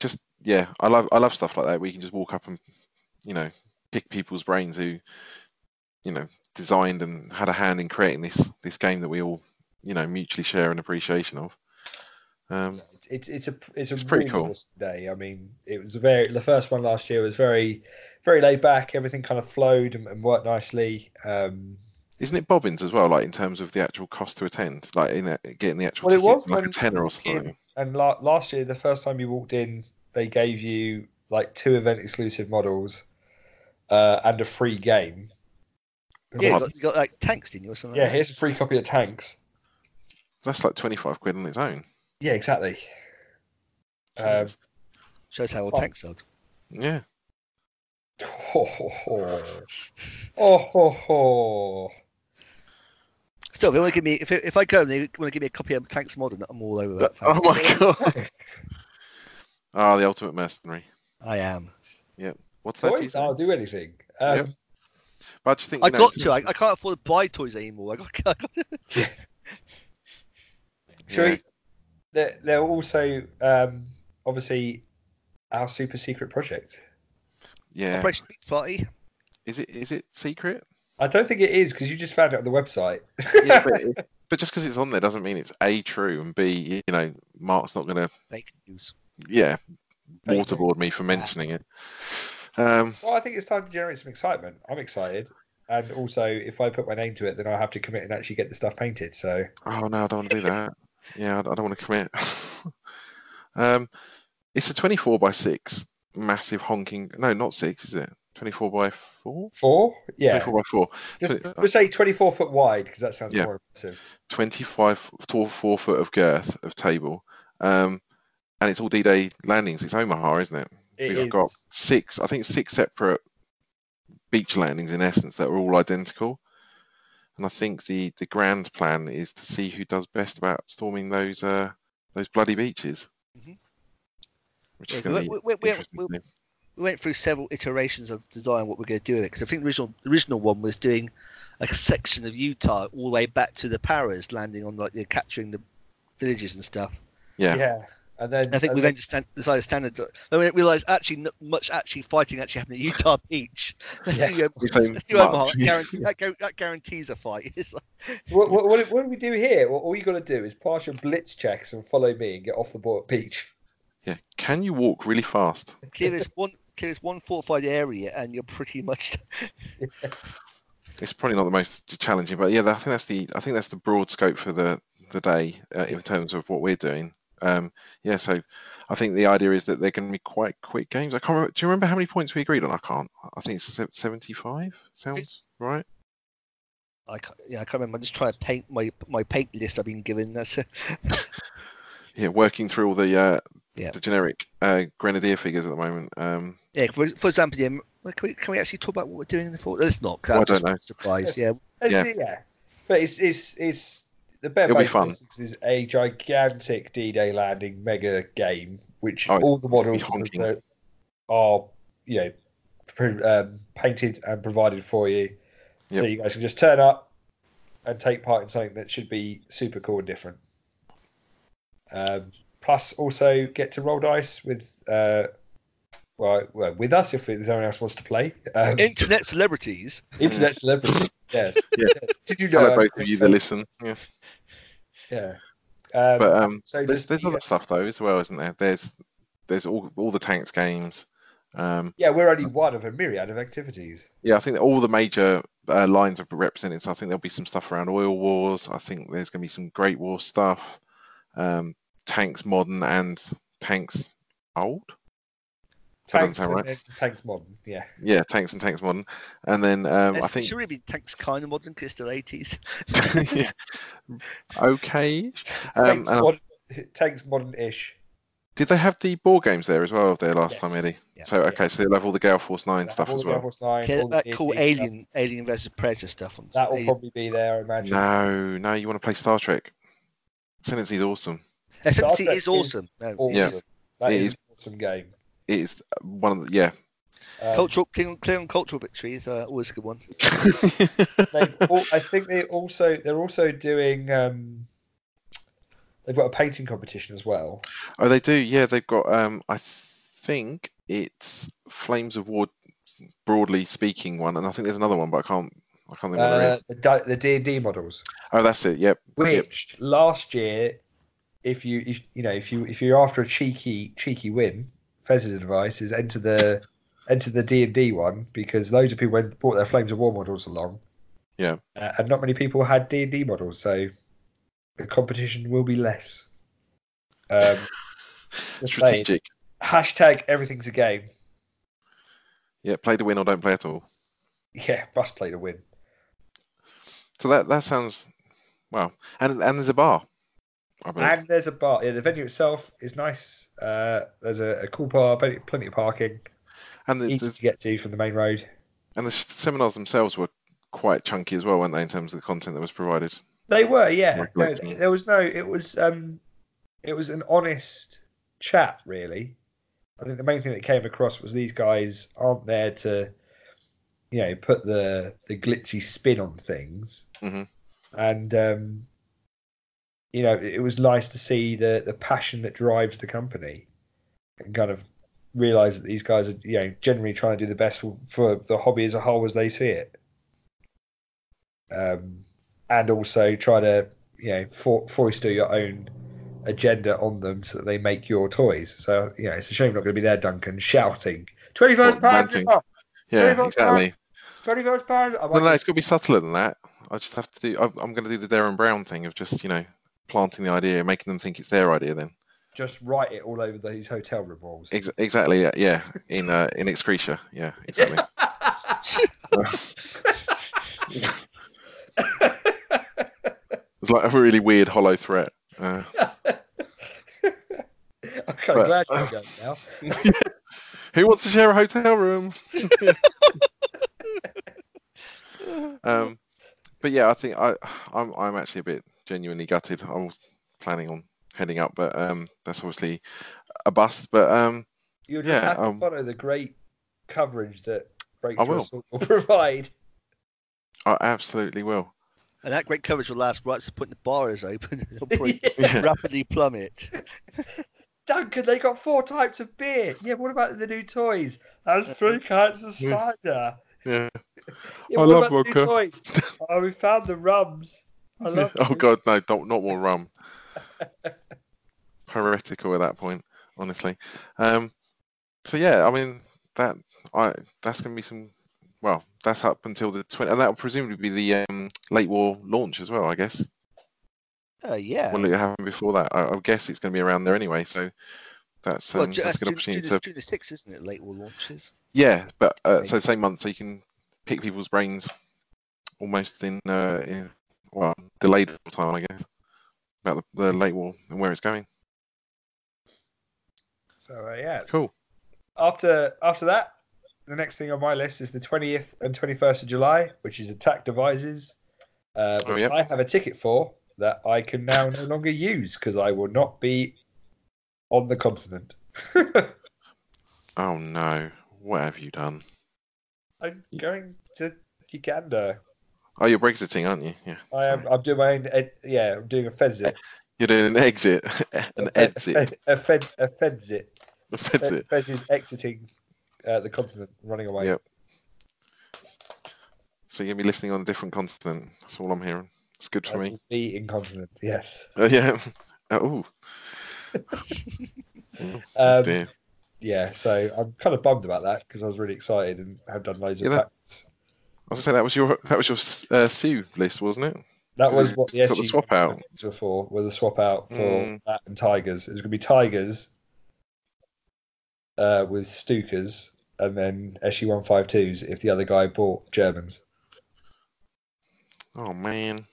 just yeah, I love I love stuff like that. where you can just walk up and you know pick people's brains who you know designed and had a hand in creating this this game that we all you know mutually share an appreciation of. Um, it's it's a it's a It's pretty real cool. day. I mean, it was a very the first one last year was very very laid back. Everything kind of flowed and, and worked nicely. Um, Isn't it bobbins as well? Like in terms of the actual cost to attend, like in a, getting the actual Well, it ticket, was like a when tenner or came- something. and la- last year, the first time you walked in, they gave you like two event exclusive models uh, and a free game. It was Yeah, you like, got, you got like tanks, didn't you, or something? yeah. like Here's a free copy of Tanks. That's like twenty five quid on its own. Yeah, exactly. Um, Jesus. that? shows how old Oh. tanks are. yeah, ho, ho, ho. Oh, Um, ho, ho. Still, if they want to give me, if, if I go and they want to give me a copy of Tanks Modern, I'm all over that. oh fact. my god. Ah, the ultimate mercenary. I am. What's that? Toys, Jesus? I'll do anything. Um, Yep. But I just think I you know, got it's- to. I, I can't afford to buy toys anymore. I got, I got Sure. Yeah. They're, they're also um, obviously our super secret project. Yeah. Operation Meat Party. Is it is it secret? I don't think it is because you just found it on the website. Yeah, but, it- but just because it's on there doesn't mean it's a true and b you know Mark's not gonna Fake news. yeah Thank you. waterboard me for mentioning it. Um, Well, I think it's time to generate some excitement. I'm excited, and also if I put my name to it, then I'll have to commit and actually get the stuff painted. So Oh no, I don't want to do that. Yeah, I don't want to commit. um, it's a 24 by 6 massive honking. No, not 6, is it? 24 by 4? four, yeah, 24 by 4. just twen- we'll say 24 foot wide because that sounds Yeah. more impressive. 25, 4 foot of girth of table. Um, and it's all D Day landings. It's Omaha, isn't it? It We've got is- six, I think six separate beach landings in essence that are all identical. And I think the, the grand plan is to see who does best about storming those uh, those bloody beaches. Mhm. Which is Yeah, going we- to be we- we- we- interesting. we- to do. We went through several iterations of design what we're going to do with it because I think the original the original one was doing like a section of Utah all the way back to the Paras, landing on like the capturing the villages and stuff. yeah. yeah. and then I think and we then- then just stand, decided standard. Then we realised actually not much actually fighting actually happened at Utah Beach. Let's Yeah. do um, We say Let's do much. Omaha. That, guarantee, that, guar- that guarantees a fight. It's like, What, what, what, what do we do here? Well, all you got to do is pass your blitz checks and follow me and get off the board beach. Yeah. Can you walk really fast? clear this one, clear this one fortified area, and you're pretty much. It's probably not the most challenging, but yeah, I think that's the I think that's the broad scope for the the day uh, in terms of what we're doing. Um, yeah, so I think the idea is that they're going to be quite quick games. I can't remember. Do you remember how many points we agreed on? I can't. I think it's se- seventy-five. Sounds right. I can't, yeah, I can't remember. I'm just trying to paint my my paint list I've been given. That's it. Yeah, working through all the uh, Yeah. the generic uh, grenadier figures at the moment. Um, yeah. For, for example, yeah, m- well, can we can we actually talk about what we're doing in the fort? Let's not. 'cause Well, I'm I don't just know. Surprised. Yes. Yeah. And, Yeah. But it's it's it's the bare It'll be fun. basics is a gigantic D-Day landing mega game, which Oh, all the it's gonna be models will honking. know are you know pr- um, painted and provided for you, so Yep. you guys can just turn up and take part in something that should be super cool and different. Um, plus, also get to roll dice with. Uh, well, well, with us if anyone else wants to play. Um, Internet celebrities. internet celebrities, yes. Yeah. Did you know? hello, I'm both of you that listen. Yeah. yeah. Um, But um, so there's just- there's other stuff though as well, isn't there? There's there's all all the tanks games. Um, Yeah, we're only one of a myriad of activities. Yeah, I think that all the major uh, lines are represented. So I think there'll be some stuff around oil wars. I think there's going to be some Great War stuff, um, tanks modern and tanks old. That doesn't Tanks sound and right. then Tanks Modern. Yeah. Yeah, tanks and tanks modern, and then um, I It's- think Should really be tanks kind of modern because it's still 80s. yeah. okay. Um, Tanks and I- Modern. Tanks Modern-ish. did they have the board games there as well there last time, Yes. Eddie? Yeah. so okay, so they'll have all the Gale Force Nine That- stuff all as the well. Devil's Nine, Okay, all the that cool D&D stuff, Alien Alien versus Predator stuff on That will Alien- probably be there, I imagine. No, no, you want to play Star Trek? Ascendancy is awesome. Ascendancy Trek is is awesome. Um, No, it Awesome. Yeah. is. That It is, is. an awesome game. It is uh, one of the yeah. Um, Cultural Klingon, Klingon cultural victory is uh, always a good one. they've al- I think they also they're also doing. Um, they've got a painting competition as well. oh, they do. Yeah, they've got. Um, I think it's Flames of War, broadly speaking, one, and I think there's another one, but I can't. I can't think what it Uh, is. the di- the D and D models, Oh, that's it. Yep. which last year, if you if, you know if you if you're after a cheeky cheeky win, Fez's advice is enter the enter the D and D one because loads of people went, bought their Flames of War models along. Yeah. Uh, and not many people had D and D models, so the competition will be less. Um, just saying. Strategic. Hashtag everything's a game. Yeah, play to win or don't play at all. Yeah, must play to win. So that that sounds well. And and there's a bar. I believe. And there's a bar. Yeah, the venue itself is nice. Uh, there's a, a cool bar, plenty, plenty of parking, and the, easy the to get to from the main road. and the s- seminars themselves were quite chunky as well, weren't they? In terms of the content that was provided. They were, yeah. No, Recollecting it. there was no. It was um, it was an honest chat, really. I think the main thing that came across was these guys aren't there to, you know, put the the glitzy spin on things. Mhm. And um, you know, it, it was nice to see the the passion that drives the company, and kind of realize that these guys are you know generally trying to do the best for, for the hobby as a whole as they see it. Um, and also try to you know for, foister your own agenda on them so that they make your toys. So you know it's a shame you're not going to be there, Duncan, shouting twenty first Or pound, ranting. twenty Very Yeah, well exactly. first pound. I No, might no, get- it's got to be subtler than that. I just have to do. I'm, I'm going to do the Darren Brown thing of just you know planting the idea, and making them think it's their idea. Then just write it all over these hotel room walls. Ex- exactly. Yeah, yeah. In uh, in excretia. Yeah, exactly. It's like a really weird hollow threat. Uh, I'm kind of But- glad you're going now. who wants to share a hotel room? um, but yeah, I think I I'm I'm actually a bit genuinely gutted. I was planning on heading up, but um, that's obviously a bust. But um, You'll just Yeah, have to um, follow the great coverage that Breaks I will. Russell will provide. I absolutely will. And that great coverage will last right to the point the bar is open. It'll probably Yeah. rapidly plummet. Duncan, they got four types of beer. Yeah, what about the new toys? That's three kinds of Uh-huh. Yeah. cider. Yeah. Yeah, I what love about the new vodka. toys? oh, we found the rums. I love oh them. god, no, don't not more rum. Heretical at that point, honestly. Um, so yeah, I mean that I that's gonna be some. Well, that's up until the twenty, and that will presumably be the um, late war launch as well. I guess. Uh, yeah. Will it happen before that? I, I guess it's going to be around there anyway. So that's, um, Well, Ju- that's a that's good June, opportunity June, to June the 6th, isn't it? Late war launches. Yeah, but uh, Right. so same month, so you can pick people's brains almost in, uh, in well delayed time, I guess, about the, the late war and where it's going. So uh, yeah, Cool. after after that, the next thing on my list is the twentieth and twenty first of July, which is Attack Devices, uh, Oh, which yep. I have a ticket for that I can now no longer use because I will not be on the continent. Oh no, what have you done? I'm going to Uganda. Oh, you're Brexiting, aren't you? Yeah, I am. I'm doing my own. Ed, yeah, I'm doing a fezit. you're doing an exit, an A- a- exit, A fed. A fedzit. a exit. Fez is exiting uh, the continent, running away. Yep. So you're gonna be listening on a different continent. That's all I'm hearing. It's good for I me. will Be Uh, incontinent. Yes. Oh yeah. Oh Um, dear. yeah, so I'm kind of bummed about that because I was really excited and have done loads of Yeah, that- packs. I was gonna say that was your that was your uh, Sue list, wasn't it? That was it's what the got the SG swap out. things were for, was a swap out for Mm. that and Tigers. It was going to be Tigers, uh, with Stukas and then SU152s if the other guy bought Germans. Oh man.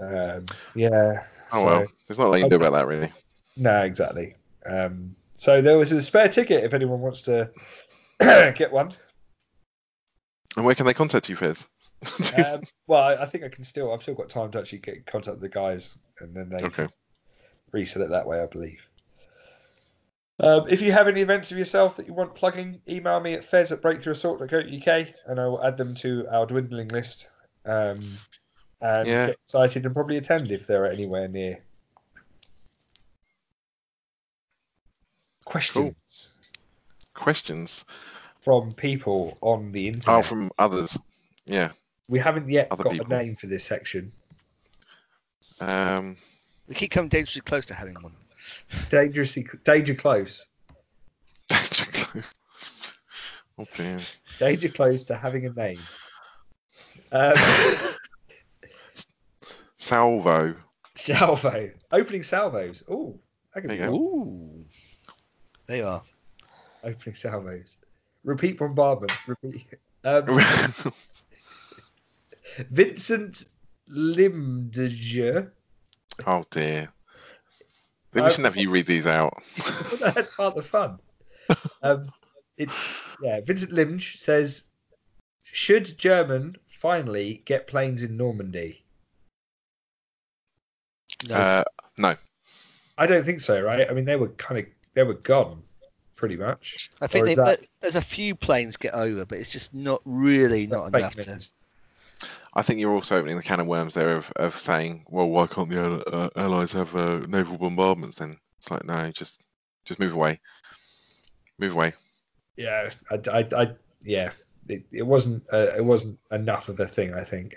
Um, yeah. Oh so- well. There's not a lot you can do about that really. No, exactly. Um, so there was a spare ticket if anyone wants to get one. And where can they contact you, Fizz? Um, well, I, I think I can still. I've still got time to actually get in contact with the guys, and then they okay. resell it that way, I believe. Um, if you have any events of yourself that you want plugging, email me at fez at breakthroughassault.co.uk and I will add them to our dwindling list um, and Yeah. get excited and probably attend if they're anywhere near. Questions Questions. from people on the internet. Oh, from others. Yeah. we haven't yet other got people. a name for this section. Um, We keep coming dangerously close to having one. Dangerously, danger close. oh dear. Danger close to having a name. Um, Salvo. Salvo. Opening salvos. Oh, I can There you go. Ooh. They are. opening salvos. Repeat bombardment. Repeat. Um, Vincent Limdiger. oh dear. Then Um, we shouldn't have you read these out. Well, that's part of the fun. Um, it's yeah. Vincent Limge says, "Should German finally get planes in Normandy?" No. Uh, I don't think so, right? I mean, they were kind of they were gone, pretty much. I or think is they, that- there- there's a few planes get over, but it's just not really not Fake enough to. news. I think you're also opening the can of worms there of, of saying, well, why can't the Al- uh, Allies have uh, naval bombardments then? It's like, no, just just move away. Move away. Yeah, I, I, I yeah. It, it wasn't uh, it wasn't enough of a thing, I think.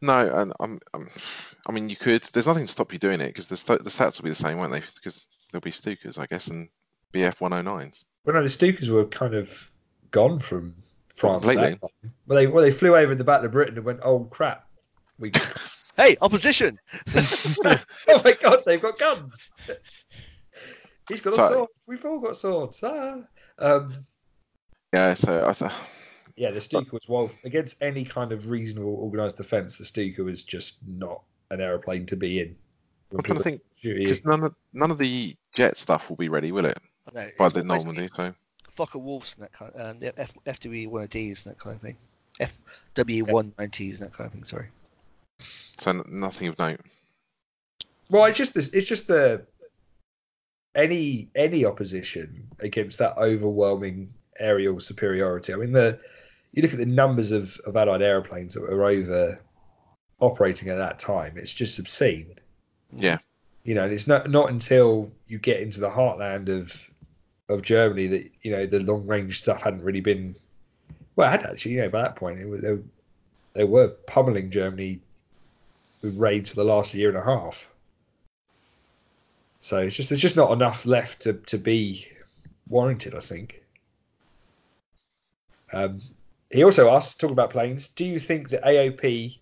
No, and I'm, I'm, I mean, you could. There's nothing to stop you doing it because the st- the stats will be the same, won't they? Because there'll be Stukas, I guess, and BF 109s. Well, no, the Stukas were kind of gone from France. at Completely. that time. Well, they well they flew over in the Battle of Britain and went, "Oh crap, we." Hey, opposition! oh my god, they've got guns. He's got a Sorry. sword. We've all got swords. Ah. Um, Yeah, so I th- yeah, the Stuka was well against any kind of reasonable organised defence. The Stuka was just not an aeroplane to be in. I'm trying to think Duty. because none of none of the jet stuff will be ready, will it? I know, By it's the always e Normandy, so Fokker Wolves and that kind of, uh, the F, FW1Ds and that kind of thing. FW190s and that kind of thing, sorry. so n- nothing of note. Well, it's just this. It's just the any any opposition against that overwhelming aerial superiority. I mean, the you look at the numbers of of Allied airplanes that were over operating at that time. It's just obscene. Yeah. You know, and it's not not until you get into the heartland of of Germany that you know the long range stuff hadn't really been. Well, it had actually, you know, by that point, it was, they, were- they were pummeling Germany with raids for the last year and a half. So it's just there's just not enough left to, to be warranted, I think. Um, he also asks, talking about planes, do you think the AOP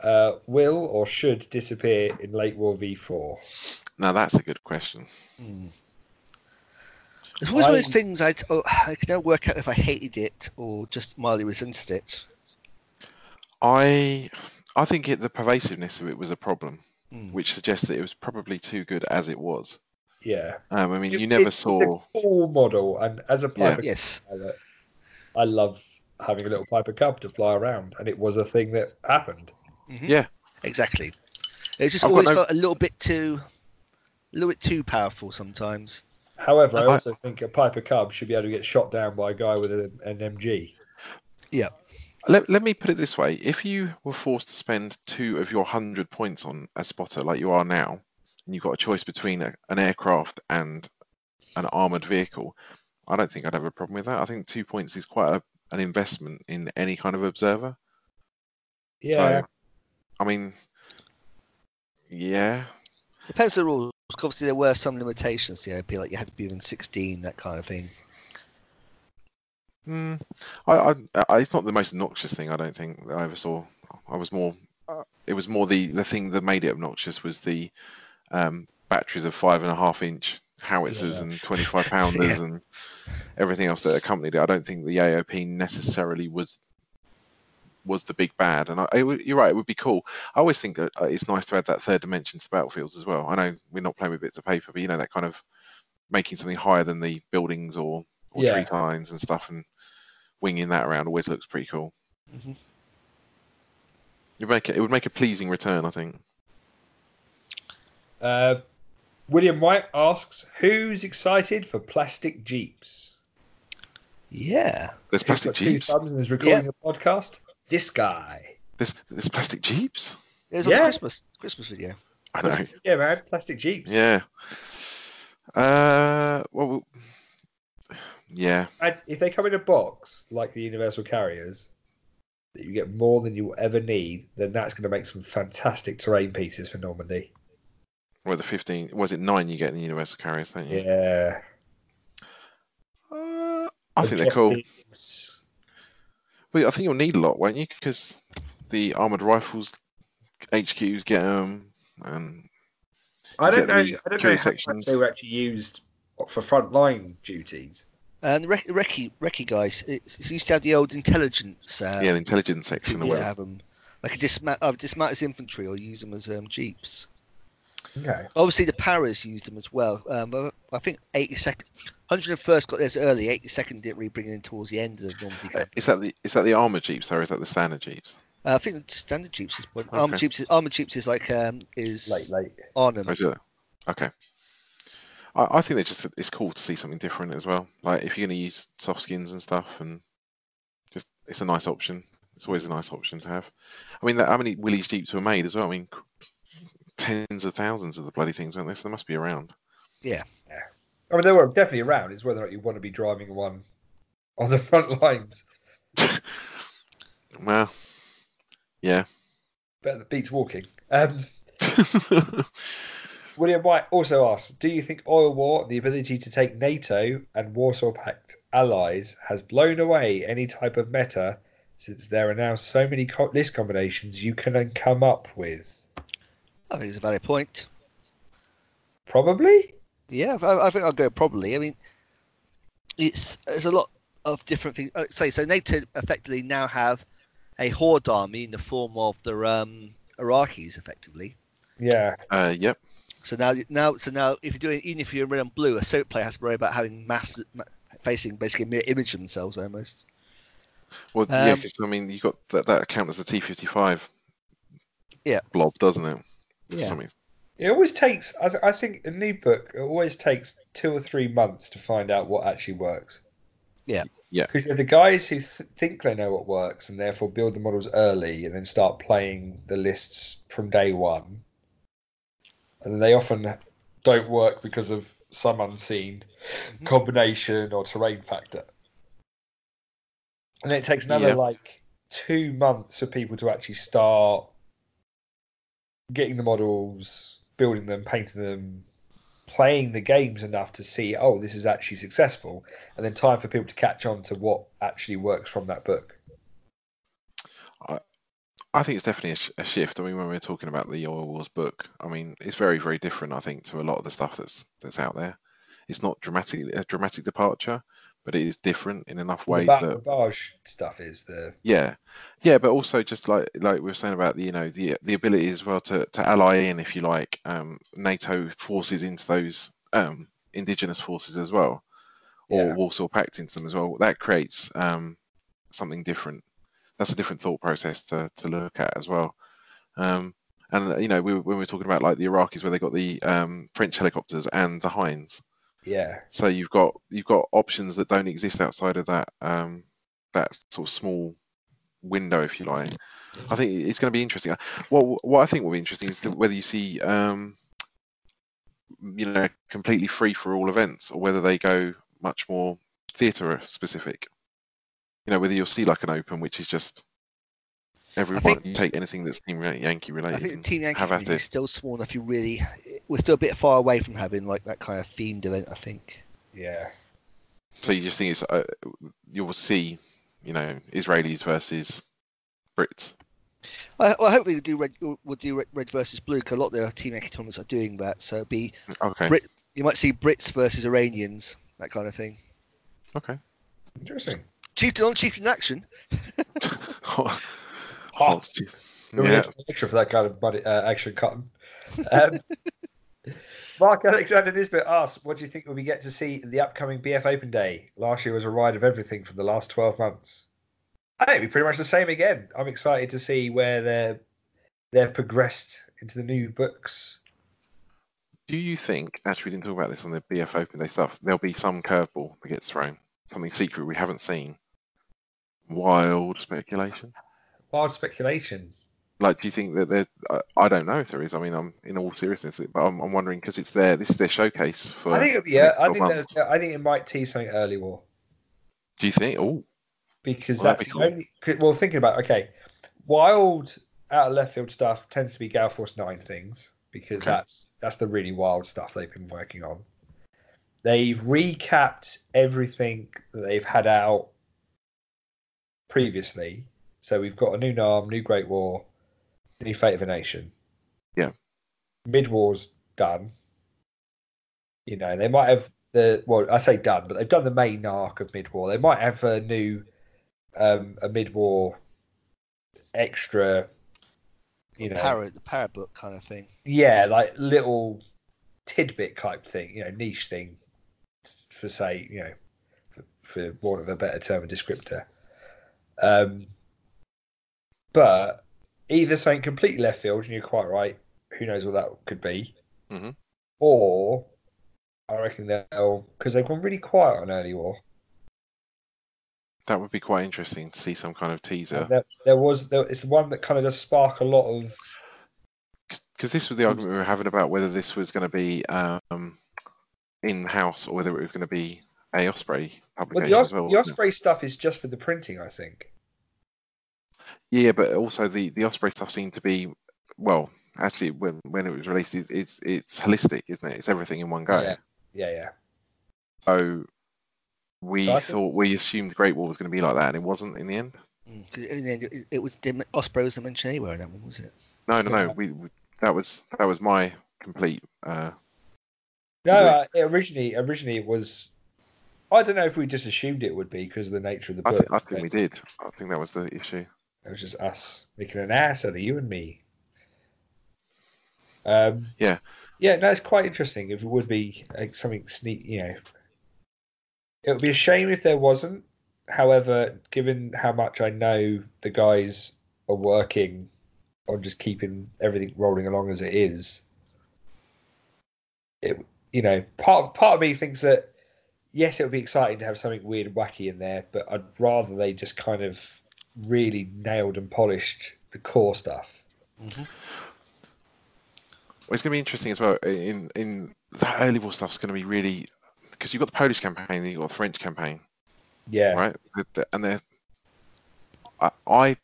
uh, will or should disappear in late war V4? Now that's a good question. Hmm. It's always one of I- those things I, oh, I can never work out if I hated it or just mildly resented it. I I think it, the pervasiveness of it was a problem, Mm. which suggests that it was probably too good as it was. Yeah, Um, I mean, you It- never it's- saw. it's a cool model, and as a private Yes. pilot, I love having a little Piper Cub to fly around, and it was a thing that happened. Mhm. Yeah. Exactly. It just I've got always no- felt a little bit too, a little bit too powerful sometimes. However, I I- also think a Piper Cub should be able to get shot down by a guy with an, an MG. Let, let me put it this way: if you were forced to spend two of your hundred points on a spotter like you are now, and you've got a choice between a, an aircraft and an armored vehicle, I don't think I'd have a problem with that. I think two points is quite a, an investment in any kind of observer. Yeah, So, I mean, yeah, Depends on the rules. 'cause Obviously, there were some limitations to the OP, like you had to be within 16, that kind of thing. Hmm. I, I, I, it's not the most obnoxious thing. I don't think that I ever saw. I was more. uh, It was more the the thing that made it obnoxious was the um, batteries of five and a half inch howitzers Yeah. and 25 pounders and everything else that accompanied it. I don't think the AOP necessarily was was the big bad. And I, it, would- you're right, it would be cool. I always think that uh, it's nice to add that third dimension to battlefields as well. I know we're not playing with bits of paper, but you know that kind of making something higher than the buildings or, or Yeah. tree lines and stuff, and winging that around always looks pretty cool. Mm-hmm. Mhm. You'd make it, it would make a pleasing return, I think. Uh, William White asks, "Who's excited for plastic jeeps?" Yeah. Who's There's plastic got two jeeps. thumbs and is recording a podcast. This guy. There's, there's plastic jeeps. It was on Yeah. the Christmas Christmas video. I know. Yeah, man, plastic jeeps. Yeah. Uh. Well. w- Yeah. And if they come in a box like the universal carriers, that you get more than you will ever need, then that's going to make some fantastic terrain pieces for Normandy. Well, the fifteen was it nine you get in the universal carriers, don't you? Yeah, Uh, I think they're cool. Objectives. But I think you'll need a lot, won't you? Because the armored rifles HQs get them, and I You don't get know. the I don't know security how much sections. they were actually used for frontline duties. And the Rec- Recce, Recce guys, it, it used to have the old intelligence. Uh, yeah, an intelligence section. people Or used to whatever. have 'em. Like a dismount, uh, dismount as infantry or use them as um, jeeps. Okay. Obviously, the paras used them as well. Um, but I think 82nd, 101st got theirs early. 82nd did really bring it in towards the end of the Normandy Uh, campaign. Is that the is that the armored jeeps or is that the standard jeeps? Uh, I think the standard jeeps is one. Okay. Armored jeeps is armored jeeps is like um is Late, late. Or ornament. Oh, is it? Okay. I, I think they're just it's cool to see something different as well. Like if you're going to use soft skins and stuff, and just it's a nice option. It's always a nice option to have. I mean, that, how many Willys Jeeps were made as well? I mean, c- tens of thousands of the bloody things, weren't there? So they must be around. I mean, they were definitely around. It's whether or not you want to be driving one on the front lines. Well, yeah. Better than beats walking. Um, William White also asks, "Do you think oil war, and the ability to take NATO and Warsaw Pact allies, has blown away any type of meta since there are now so many co- list combinations you can come up with?" I think it's a valid point. Probably. Yeah, I, I think I'll go probably. I mean, it's there's a lot of different things. I'd say so. NATO effectively now have a horde army in the form of the um, Iraqis, effectively. Yeah. uh, yep. So now, now, so now, if you're doing, even if you're in red and blue, a soap player has to worry about having mass ma- facing basically a mirror image of themselves almost. Well, yeah, Um, 'cause, I mean, you got that that count as the T55. Yeah. Blob, doesn't it? For Yeah. some reason. It always takes. I, th- I think a new book. It always takes two or three months to find out what actually works. Yeah. Yeah. Because the guys who th- think they know what works and therefore build the models early and then start playing the lists from day one, and they often don't work because of some unseen Mm-hmm. Mhm. combination or terrain factor. And then it takes another Yeah. like two months for people to actually start getting the models, building them, painting them, playing the games enough to see, oh, this is actually successful, and then time for people to catch on to what actually works from that book. I think it's definitely a, sh- a shift. I mean, when we're talking about the Oil Wars book, I mean, it's very, very different. I think to a lot of the stuff that's that's out there. It's not dramatic a dramatic departure, but it is different in enough The ways Battle that of Barge stuff is the yeah, yeah. But also just like like we were saying about the you know the the ability as well to to ally in if you like um, NATO forces into those um, indigenous forces as well, or Yeah. Warsaw Pact into them as well. That creates um, something different. That's a different thought process to, to look at as well. Um, and uh, you know, we, were- when we were talking about like the Iraqis, where they got the um, French helicopters and the Hinds, yeah. so you've got you've got options that don't exist outside of that um, that sort of small window, if you like. I think it's going to be interesting. What what I think will be interesting is to- whether you see um, you know completely free for all events, or whether they go much more theatre specific. You know, whether you'll see like an open, which is just everyone take anything that's Team Yankee I related. think the and Team Yankee have at community it. is still small enough. You really, we're still a bit far away from having like that kind of themed event. I think. Yeah. So you just think it's uh, you'll see, you know, Israelis versus Brits. I, well, hopefully we'll do red, we'll do red, red versus blue. Cause a lot of the team Yankee tournaments are doing that, so it'd be Okay. Brit- You might see Brits versus Iranians, that kind of thing. Okay. Interesting. Chieftain on Chieftain action. Hot. Hot. chief. We're gonna Yeah. have to make sure for that kind of money, uh, action cotton. Um, Mark Alexander Nisbet asks, "What do you think will we get to see in the upcoming BF Open Day? Last year was a ride of everything from the last twelve months. I think it'll be pretty much the same again. I'm excited to see where they're they're progressed into the new books. Do you think, actually, we didn't talk about this on the BF Open Day stuff, there'll be some curveball that gets thrown? Something secret we haven't seen? Wild speculation? Wild speculation. Like, do you think that there? I, I don't know if there is. I mean, I'm in all seriousness, but I'm, I'm wondering because it's their this is their showcase for. I think it'll be, yeah. I for think months. they'll- I think it might tease something early war Do you think? Oh, because Well, that'd that's be the cool. only. Well, thinking about okay, wild out of left field stuff tends to be Gale Force Nine things because Okay. that's that's the really wild stuff they've been working on. They've recapped everything that they've had out previously, so we've got a new Narm, new Great War, new Fate of a Nation. Yeah. mid war's done. You know, they might have the well, I say done, but they've done the main arc of mid war. They might have a new um, a mid war extra, you know, Parrot, the parrot book kind of thing. yeah, like little tidbit type thing, you know, niche thing for say, you know, for, for want of a better term, a descriptor. Um, but either something completely left field, and you're quite right. Who knows what that could be? Mhm. Or I reckon they'll because they've gone really quiet on early war. that would be quite interesting to see some kind of teaser. And There, there was there, it's the one that kind of does spark a lot of Because this was the argument we were having about whether this was going to be um, in house or whether it was going to be a Osprey well publication. the, Os- as well, the wasn't it? Osprey stuff is just for the printing, I think. Yeah, but also the the Osprey stuff seemed to be well. Actually, when when it was released, it, it's it's holistic, isn't it? It's everything in one go. Yeah, yeah, yeah. So we So I think- thought we assumed Great War was going to be like that, and it wasn't in the end. Mm, 'cause in the end, it, it was didn't, Osprey wasn't mentioned anywhere in that one, was it? No, no, Yeah. no. We, we that was that was my complete. Uh, No, Really? uh, it originally, originally it was. I don't know if we just assumed it would be because of the nature of the I, book. th- I think we did. I think that was the issue. It was just us making an ass out of you and me. Um, Yeah. yeah. No, it's quite interesting. If it would be like, something sneak, you know, it would be a shame if there wasn't. However, given how much I know the guys are working on just keeping everything rolling along as it is, it you know part part of me thinks that yes, it would be exciting to have something weird and wacky in there, but I'd rather they just kind of really nailed and polished the core stuff. Mm-hmm. Well, it's going to be interesting as well. In in that early war stuff's going to be really because you've got the Polish campaign, then you've got the French campaign. Yeah, right? The- the- And they're, I, I,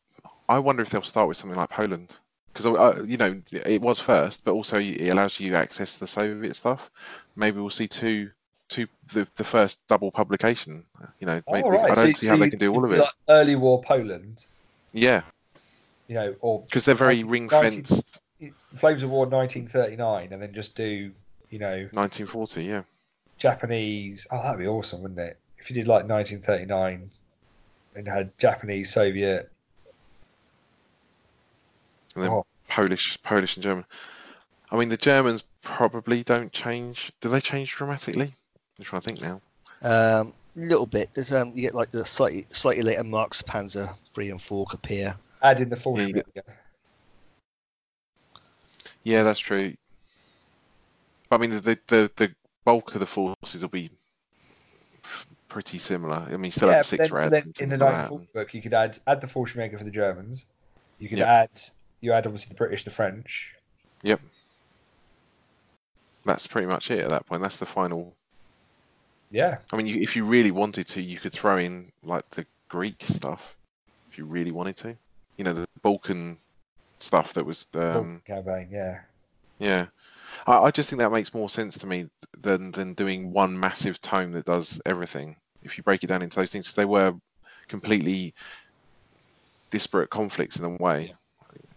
I wonder if they'll start with something like Poland because uh, you know it was first, but also it allows you access to the Soviet stuff. Maybe we'll see two, two the, the first double publication. You know, Oh, maybe- right. I So- don't see how so they you- can do all of it. like early war Poland, Yeah, you know, or because they're very ring fenced. Flames of War 1939, and then just do you know 1940, yeah. Japanese. Oh, that'd be awesome, wouldn't it? If you did like 1939 and had Japanese, Soviet, And then Oh. Polish, Polish and German. I mean, the Germans probably don't change. Do they change dramatically? I'm trying to think now. Um, little bit. There's, um, you get like the slightly, slightly later Marks Panzer three and four appear. add in the full. Yeah, you schmear. Yeah, that's true. But I mean, the the, the, the bulk of the forces will be f- pretty similar. I mean, you still Yeah, have but six then- rads. then and in the things like ninth that. book, you could add add the Forschmaker for the Germans. You could Yeah. add you add obviously the British, the French. That's pretty much it at that point. That's the final. Yeah, I mean, you, if you really wanted to, you could throw in like the Greek stuff if you really wanted to. You know, the Balkan stuff that was. Oh. Um, campaign. Yeah, Yeah, I, I just think that makes more sense to me than than doing one massive tome that does everything. If you break it down into those things, 'cause they were completely disparate conflicts in a way,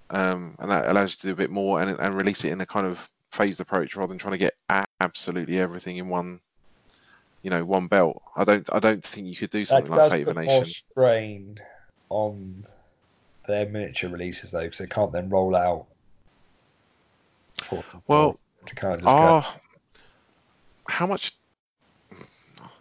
um, and that allows you to do a bit more and and release it in a kind of phased approach rather than trying to get a- absolutely everything in one, you know, one belt. I don't I don't think you could do That something does like Fate of put a more Nation. strain on their miniature releases though, because they can't then roll out. for- for- Well, to kind of just go, Ah, how much?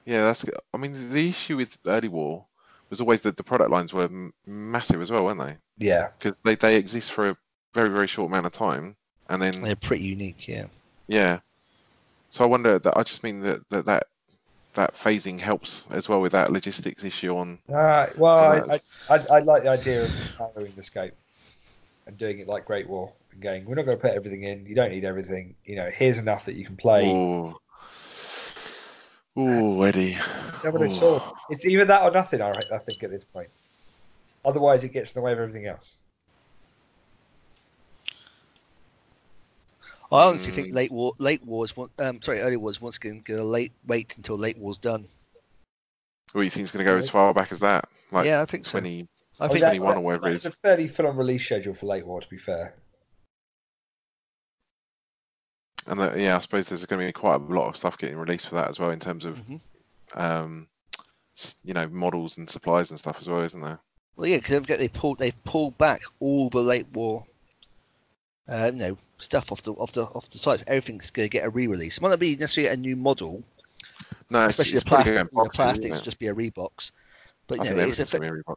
Yeah, that's. I mean, the issue with early war was always that the product lines were m- massive as well, weren't they? yeah, Because they they exist for a very very short amount of time, and then They're pretty unique, yeah. yeah. So I wonder that I just mean that that that, that phasing helps as well with that logistics issue on. Uh, well, So I, that's- I, I, I like the idea of narrowing the scope and doing it like Great War and going, we're not going to put everything in. You don't need everything. You know, here's enough that you can play. Ooh. Ooh, Eddie. Double-edged Ooh. sword. It's either that or nothing, I, I think, at this point. Otherwise, it gets in the way of everything else. I honestly Mm. think late war, late wars, wa- um, sorry, early wars once again gonna late wait until late war's done. What do you think's going to go as far back as that? Like yeah, I think so. twenty, I Oh, think that- twenty-one 21 or whatever it It's is. a fairly full on release schedule for Late War, to be fair. And that, yeah, I suppose there's going to be quite a lot of stuff getting released for that as well in terms of, Mhm. um, s- you know, models and supplies and stuff as well, isn't there? Well, yeah, because don't forget they pulled they pulled back all the late war, uh, you know, stuff off the off the off the sites. Everything's gonna get a re-release. Might not be necessarily a new model, No, it's- especially it's the probably plastic. gonna go the in boxes, plastics isn't it? just be a rebox. But I you think know, it's everything's a, gonna be a rebox.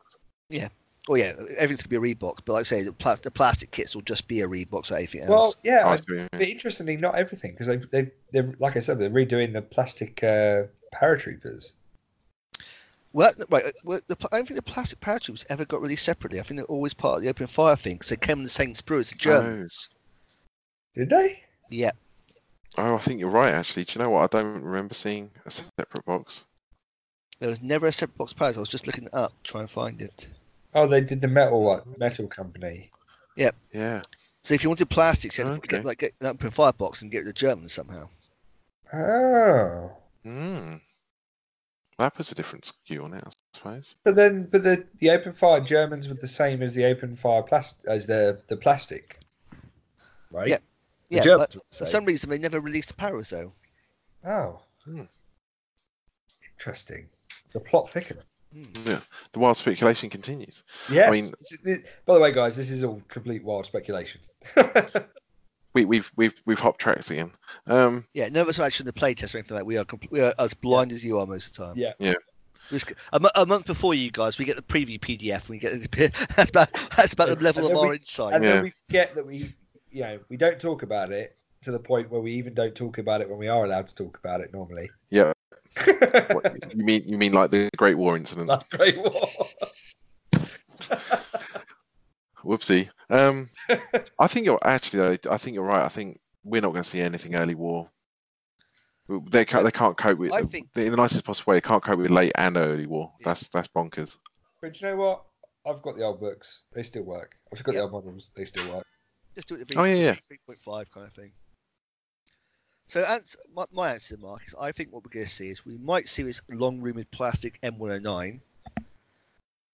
oh yeah, everything's gonna be a rebox. But like I say, the, pla- the plastic kits will just be a rebox. Like anything Well, else. yeah. Oh, I- it's gonna be- But interestingly, not everything, because they've, they've, they've, like I said, they're redoing the plastic uh, paratroopers. Well, that- right. uh, Well, the, pl- I don't think the plastic paratroops ever got released separately. I think they're always part of the open fire thing because they came in the same sprue as the Germans. Oh. Did they? Yeah, Oh, I think you're right, actually. Do you know what? I don't remember seeing a separate box. there was never a separate box parachute. I was just looking it up, trying to find it. Oh, they did the metal one, metal company. Yeah. So if you wanted plastics, you had to Okay. get like get an open fire box and get it to the Germans somehow. Oh, Mm. That puts a different skew on it, I suppose. but then, but the the open fire Germans were the same as the open fire plastic as the the plastic, right? Yeah, The Yeah, Germans but were the for same. some reason they never released the paras though. Oh, Hmm. interesting. The plot thickens. Hmm. The wild speculation continues. Yes. mean- It's- it- by the way, guys, this is all complete wild speculation. yeah, We, we've we've we've hopped tracks again. Um, Yeah, none of us are actually in the playtest or anything like. That. We are compl- we are as blind as you are most of the time. Yeah. Yeah. We just- A, mo- a month before you guys, we get the preview PDF. We get the, that's about that's about the And level of then we- our insight. and Yeah. then we forget that we, you know, we don't talk about it to the point where we even don't talk about it when we are allowed to talk about it normally. Yeah. what- you mean you mean like the Great War incident? Like Great War. Whoopsie. Um, I think you're actually. though, I think you're right. I think we're not going to see anything early war. They can't. They can't cope with. I think- in the nicest possible way. They can't cope with late and early war. Yeah. That's that's bonkers. But do you know what? I've got the old books. They still work. I've got Yeah. the old models. They still work. Just do it. Oh, yeah, yeah. Three point five kind of thing. So ans my, my answer, Mark, is I think what we're going to see is we might see this long-rumored plastic M109.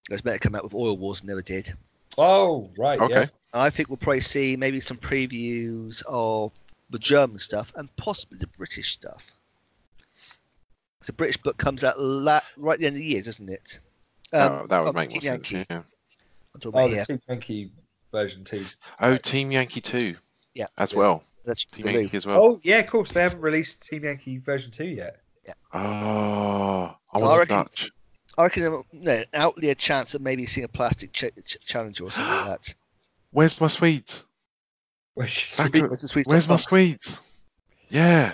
That's better come out with oil wars and never did. Oh, right. Okay. I think we'll probably see maybe some previews of the German stuff and possibly the British stuff. The British book comes out la- right at the end of the year, doesn't it? that, that would um, make more Team sense. Yankee, Yeah. I'm Yeah. Oh, talking about the here. two Yankee version two. Oh, Team Yankee two. Yeah. As Yeah. well. That's Team the loop. Yankee as well. Oh, yeah, of course. They haven't released Team Yankee version two yet. Oh, Ah, I So I want reckon- Dutch. I reckon there- no, an outlier chance of maybe seeing a plastic ch- ch- challenge or something like that. Where's my Swedes? Which Back at- Where's the Swedish Where's my stuff? Swedes? Yeah.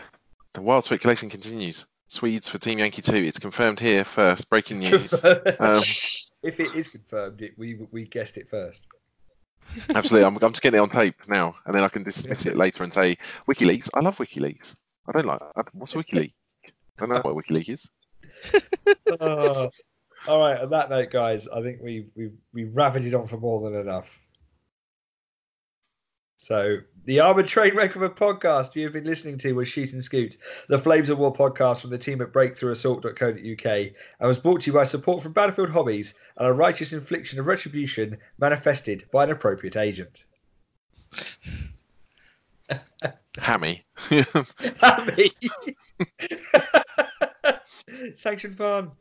The wild speculation continues. Swedes for Team Yankee 2. It's confirmed here first. Breaking news. Um, if it is confirmed, it, we we guessed it first. absolutely. I'm, I'm just getting it on tape now, and then I can dismiss it later and say WikiLeaks. I love WikiLeaks. I don't like. I, what's WikiLeaks? I don't know what WikiLeaks is. Uh, all right. On that note, guys, I think we we we ravaged on for more than enough. So the Armored Train Recommend podcast you've been listening to was Shoot and Scoot, the Flames of War podcast from the team at BreakthroughAssault.co.uk, and was brought to you by support from Battlefield Hobbies and a righteous infliction of retribution manifested by an appropriate agent. Hammy. Hammy. Sanctioned farm.